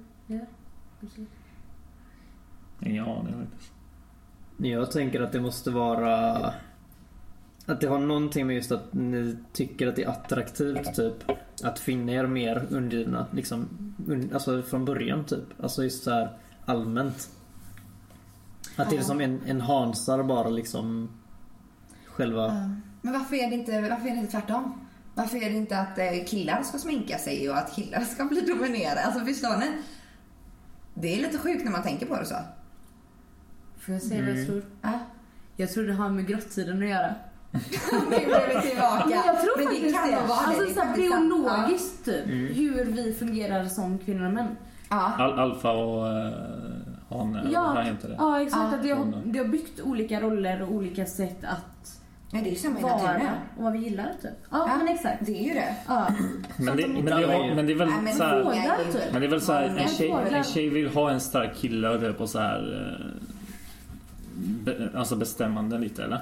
Speaker 5: Ingen aning faktiskt.
Speaker 2: Jag tänker att det måste vara... Att det har någonting med just att ni tycker att det är attraktivt typ att finna er mer undergivna liksom, un, alltså från början typ. Alltså just så här allmänt. Att det är
Speaker 3: Ja.
Speaker 2: som en, en hansar bara liksom själva...
Speaker 3: Men varför är, det inte, varför är det inte tvärtom? Varför är det inte att eh, killar ska sminka sig och att killar ska bli dominerade? Alltså förstår ni? Det är lite sjukt när man tänker på det så.
Speaker 4: Får jag säga vad jag tror?
Speaker 3: Ja.
Speaker 4: Jag tror det har med grottiden att göra.
Speaker 3: Nu är vi tillbaka.
Speaker 4: Men jag tror
Speaker 3: Men det
Speaker 4: faktiskt
Speaker 3: kan nog
Speaker 4: det.
Speaker 3: vara det.
Speaker 4: Alltså
Speaker 3: Det är
Speaker 4: så här,
Speaker 3: faktiskt sant.
Speaker 4: biologiskt typ.
Speaker 2: Mm.
Speaker 4: Hur vi fungerar som kvinnor och män.
Speaker 3: Ja.
Speaker 5: Al Alfa och uh, han, ja. han heter det.
Speaker 4: ja exakt.
Speaker 3: Ja.
Speaker 4: Att det, har, det har byggt olika roller och olika sätt att
Speaker 3: Nej, det är ju samma i naturen.
Speaker 4: vara och vad vi gillar typ. Ja,
Speaker 3: Ja.
Speaker 4: men exakt.
Speaker 3: Det är ju det.
Speaker 4: Ja.
Speaker 5: Men det, men, det,
Speaker 2: Alla
Speaker 5: har-
Speaker 2: är ju-
Speaker 5: men det är väl
Speaker 3: Nej, men
Speaker 5: så här,
Speaker 4: fåglar typ.
Speaker 5: Men det är väl så här,
Speaker 3: Många
Speaker 5: en, tjej,
Speaker 4: fåglar.
Speaker 5: en tjej vill ha en stark kille typ, och så här, eh, be, alltså bestämmande lite eller?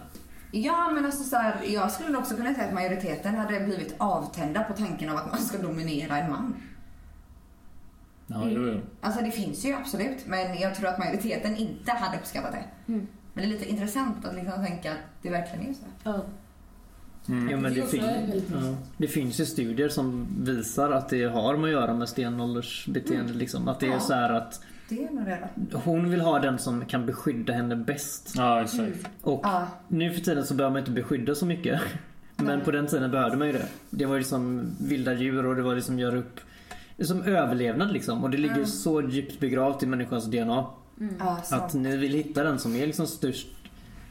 Speaker 3: Ja, men alltså så här, jag skulle nog också kunna säga att majoriteten hade blivit avtända på tanken av att man ska dominera en man.
Speaker 5: Ja, jo, jo.
Speaker 3: Alltså det finns ju absolut, men jag tror att majoriteten inte hade uppskattat det.
Speaker 4: Mm.
Speaker 3: Men det är lite intressant att liksom tänka att det verkligen är så.
Speaker 4: Ja.
Speaker 5: Mm.
Speaker 2: Ja, men
Speaker 4: Alltså,
Speaker 2: det, fin- ja. det finns ju studier som visar att det har med att göra med stenåldersbeteende. Liksom. Att det är
Speaker 3: Mm. Ja.
Speaker 2: så här att
Speaker 3: Det är nog det då.
Speaker 2: hon vill ha den som kan beskydda henne bäst.
Speaker 5: Ja, exakt.
Speaker 2: Och
Speaker 3: Ja.
Speaker 2: nu för tiden så behöver man inte beskydda så mycket. Men på den tiden behövde man ju det. Det var ju liksom vilda djur och det var det som gör upp det är som överlevnad liksom. Och det ligger så djupt begravt i människans DNA.
Speaker 4: Mm.
Speaker 3: Ja, så.
Speaker 2: Att ni vill hitta den som är liksom störst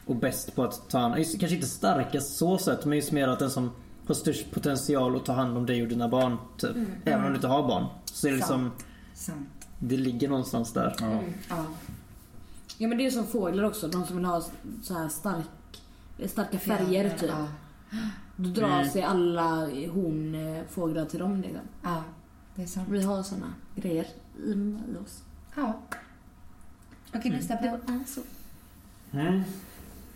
Speaker 2: och bäst på att ta hand om, just- kanske inte starkast så sett men just mer att den som har störst potential att ta hand om dig och dina barn. Typ.
Speaker 4: Mm.
Speaker 2: Även om du inte har barn. Så är det liksom,
Speaker 3: Sant.
Speaker 2: det ligger någonstans där.
Speaker 3: Mm.
Speaker 5: Ja.
Speaker 4: Mm.
Speaker 3: Ja.
Speaker 4: ja men det är som fåglar också. De som vill ha så här stark, starka färger typ.
Speaker 3: Ja.
Speaker 4: Då drar
Speaker 2: Mm.
Speaker 4: sig alla honfåglar till dem liksom.
Speaker 3: ja, det är sant.
Speaker 4: Vi har såna grejer i, i oss.
Speaker 3: Ja. Okej, nästa punkt.
Speaker 4: är så.
Speaker 5: Mm.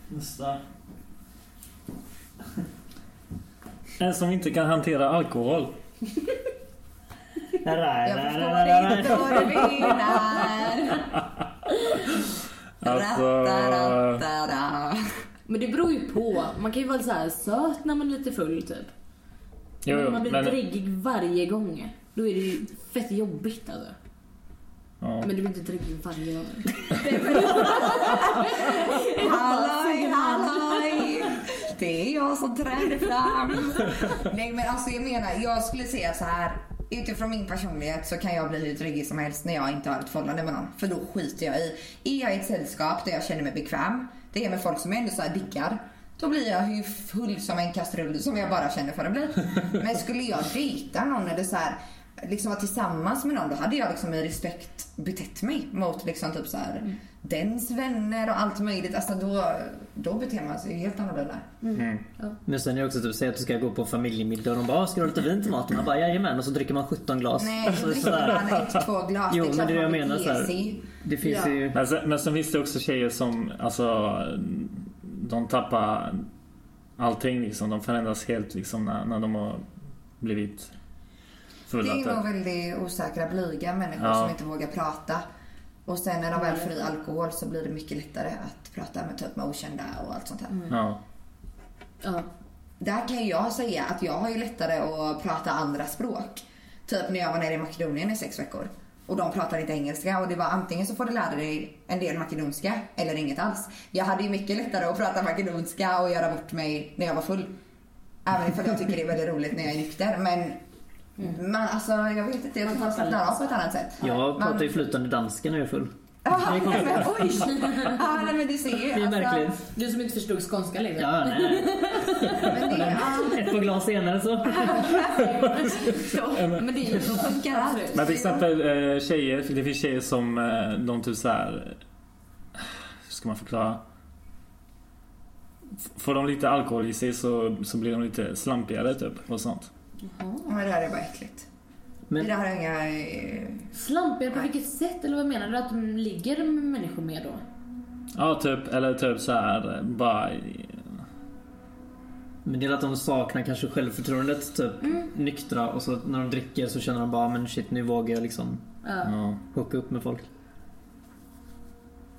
Speaker 5: Nästa. En som inte kan hantera alkohol.
Speaker 3: Jag förstår inte vad du menar.
Speaker 5: Alltså,
Speaker 3: Rattarattara.
Speaker 4: Men det beror ju på. Man kan ju vara så här söt när man är lite full typ.
Speaker 5: Jo,
Speaker 4: men
Speaker 5: jo,
Speaker 4: om Mm, man blir
Speaker 5: men-
Speaker 4: dräggig varje gång. Då är det ju fett jobbigt alltså.
Speaker 5: Ja.
Speaker 4: Men du blir inte dräggig varje gång.
Speaker 3: Halloj, halloj! Det är jag som träder fram. Nej, men alltså jag menar, jag skulle säga så här. Utifrån min personlighet så kan jag bli hur dryggig som helst när jag inte har ett förhållande med någon. För då skiter jag i. Är jag i ett sällskap där jag känner mig bekväm, det är med folk som jag ändå så här dickar. Då blir jag hur full som en kastrull som jag bara känner för att bli. Men skulle jag dejta någon eller så här, liksom vara tillsammans med någon, då hade jag liksom i respekt betett mig mot liksom typ så här,
Speaker 2: Mm.
Speaker 3: dens vänner och allt möjligt. Alltså då, då beter man sig helt annorlunda.
Speaker 2: Men sen är det också typ, säg att du ska gå på familjemiddag och de bara "Ah, “ska du ha lite vin till maten?” Man bara “jajamän” och så dricker man 17 glas.
Speaker 3: Nej,
Speaker 2: Alltså,
Speaker 3: då dricker
Speaker 2: så här.
Speaker 3: man ett, två glas.
Speaker 2: Jo,
Speaker 3: är
Speaker 2: men
Speaker 3: klart
Speaker 2: det
Speaker 3: man
Speaker 2: jag
Speaker 3: vill
Speaker 2: menar
Speaker 3: ge
Speaker 2: så här.
Speaker 3: sig.
Speaker 2: Det finns
Speaker 4: Ja.
Speaker 2: ju...
Speaker 5: Men, sen, men sen finns det också tjejer som, alltså, de tappar allting liksom. De förändras helt liksom när, när de har blivit
Speaker 3: Det
Speaker 5: fulla.
Speaker 3: är nog
Speaker 5: typ.
Speaker 3: väldigt osäkra, blyga människor
Speaker 5: Ja.
Speaker 3: som inte vågar prata. Och sen när de väl
Speaker 2: Mm.
Speaker 3: får i alkohol så blir det mycket lättare att prata med typ med okända och allt sånt här.
Speaker 2: Mm.
Speaker 5: Ja.
Speaker 4: Ja.
Speaker 3: Där kan jag säga att jag har ju lättare att prata andra språk. Typ när jag var nere i Makedonien i sex veckor. Och de pratade inte engelska och det var antingen så får du lära dig en del makedonska eller inget alls. Jag hade ju mycket lättare att prata makedonska och göra bort mig när jag var full. Även ifall jag tycker det är väldigt roligt när jag är nykter men... Man, alltså jag vet inte, jag tror man slappnar av på ett annat sätt.
Speaker 2: Jag
Speaker 3: man,
Speaker 2: pratar ju flytande danska när jag är full.
Speaker 3: Ja,
Speaker 2: Det är
Speaker 3: nej,
Speaker 2: konstigt.
Speaker 3: men oj! Ja, nej, men du ser ju.
Speaker 2: Det är
Speaker 3: alltså,
Speaker 2: märkligt.
Speaker 4: Du som inte förstod skånska längre.
Speaker 2: Ja, nej.
Speaker 3: men det, ja,
Speaker 2: Ett par glas senare så.
Speaker 6: Ja, men det är ju så funkar allt.
Speaker 5: Men till exempel eh, tjejer, det finns tjejer som eh, de typ såhär... Hur ska man förklara? F- Får de lite alkohol i sig så, så blir de lite slampigare typ och sånt.
Speaker 3: men det här är bara äckligt.
Speaker 2: Men-
Speaker 3: Det där har jag inga... eh,
Speaker 4: Slampiga på vilket sätt? Eller vad menar du? Att de ligger med människor med då?
Speaker 5: Ja, typ. Eller typ så här eh, bara... i-
Speaker 2: Men det är att de saknar kanske självförtroendet typ nyktra och så när de dricker så känner de bara men shit nu vågar jag liksom
Speaker 4: Ja.
Speaker 5: Ja.
Speaker 2: hooka upp med folk.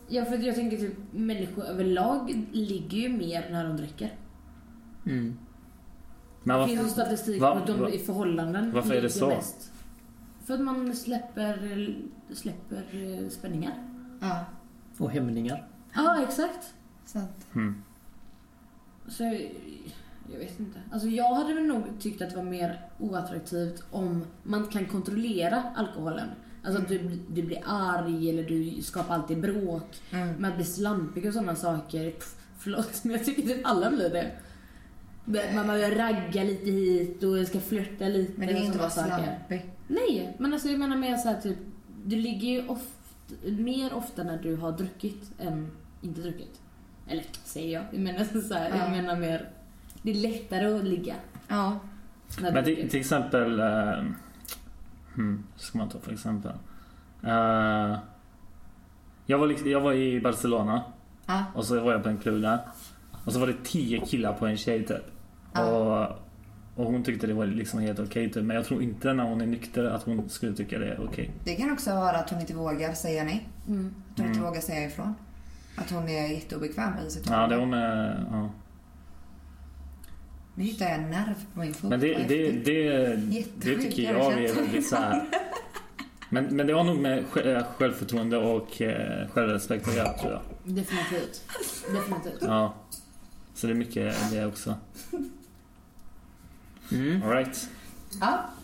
Speaker 4: Ja, för jag tänker typ människor överlag ligger ju mer när de dricker.
Speaker 2: Mm.
Speaker 5: Men
Speaker 4: Det finns ju
Speaker 5: varför,
Speaker 4: statistik
Speaker 5: Va-
Speaker 4: på att
Speaker 5: va-
Speaker 4: de i förhållanden
Speaker 5: varför är det
Speaker 4: ligger
Speaker 5: så?
Speaker 4: mest. För att man släpper, släpper eh, spänningar.
Speaker 3: Ja,
Speaker 2: Och hämningar.
Speaker 4: Ja, exakt.
Speaker 3: sant.
Speaker 4: Så jag vet inte. Alltså jag hade väl nog tyckt att det var mer oattraktivt om man kan kontrollera alkoholen. Alltså att du, du blir arg eller du skapar alltid bråk.
Speaker 3: Mm.
Speaker 4: Men att bli slampig och sådana saker. Pff, förlåt, men jag tycker typ alla blir det. Men Man börjar ragga lite hit och ska flirta lite.
Speaker 3: Men det är
Speaker 4: och
Speaker 3: inte
Speaker 4: såna
Speaker 3: vara
Speaker 4: saker.
Speaker 3: slampig.
Speaker 4: Nej, men alltså jag menar mer så här typ. Du ligger ju oft, mer ofta när du har druckit än inte druckit. Eller säger jag. Jag menar så här,
Speaker 3: Ja.
Speaker 4: jag menar mer. Det är lättare att ligga
Speaker 3: Ja.
Speaker 4: när du
Speaker 5: men till,
Speaker 4: dricker.
Speaker 5: till exempel... Eh, hmm, vad ska man ta för exempel? Eh, jag, var, liksom- jag var i Barcelona
Speaker 3: Ja.
Speaker 5: och så var jag på en klubb där. Och så var det tio killar på en tjej typ.
Speaker 3: Ja.
Speaker 5: Och, och hon tyckte det var liksom helt okej typ. Men jag tror inte när hon är nykter att hon skulle tycka det är okej.
Speaker 3: Det kan också vara att hon inte vågar säga nej.
Speaker 4: Mm.
Speaker 3: Att hon inte vågar säga ifrån. Att hon är jätteobekväm i sitt
Speaker 5: Ja, det var med... Ja.
Speaker 3: Nu hittar jag en nerv på min fot.
Speaker 5: Men det,
Speaker 3: Vad
Speaker 5: det,
Speaker 3: häftigt.
Speaker 5: det, det
Speaker 3: Jättesjukt,
Speaker 5: tycker
Speaker 3: jag
Speaker 5: jag
Speaker 3: vet.
Speaker 5: är väldigt så här. Men, men det har nog med sj- eh, självförtroende och eh, självrespekt att göra tror jag.
Speaker 4: Definitivt. Definitivt.
Speaker 5: Ja. Så det är mycket det också.
Speaker 2: Mm.
Speaker 5: Alright.
Speaker 3: Ja,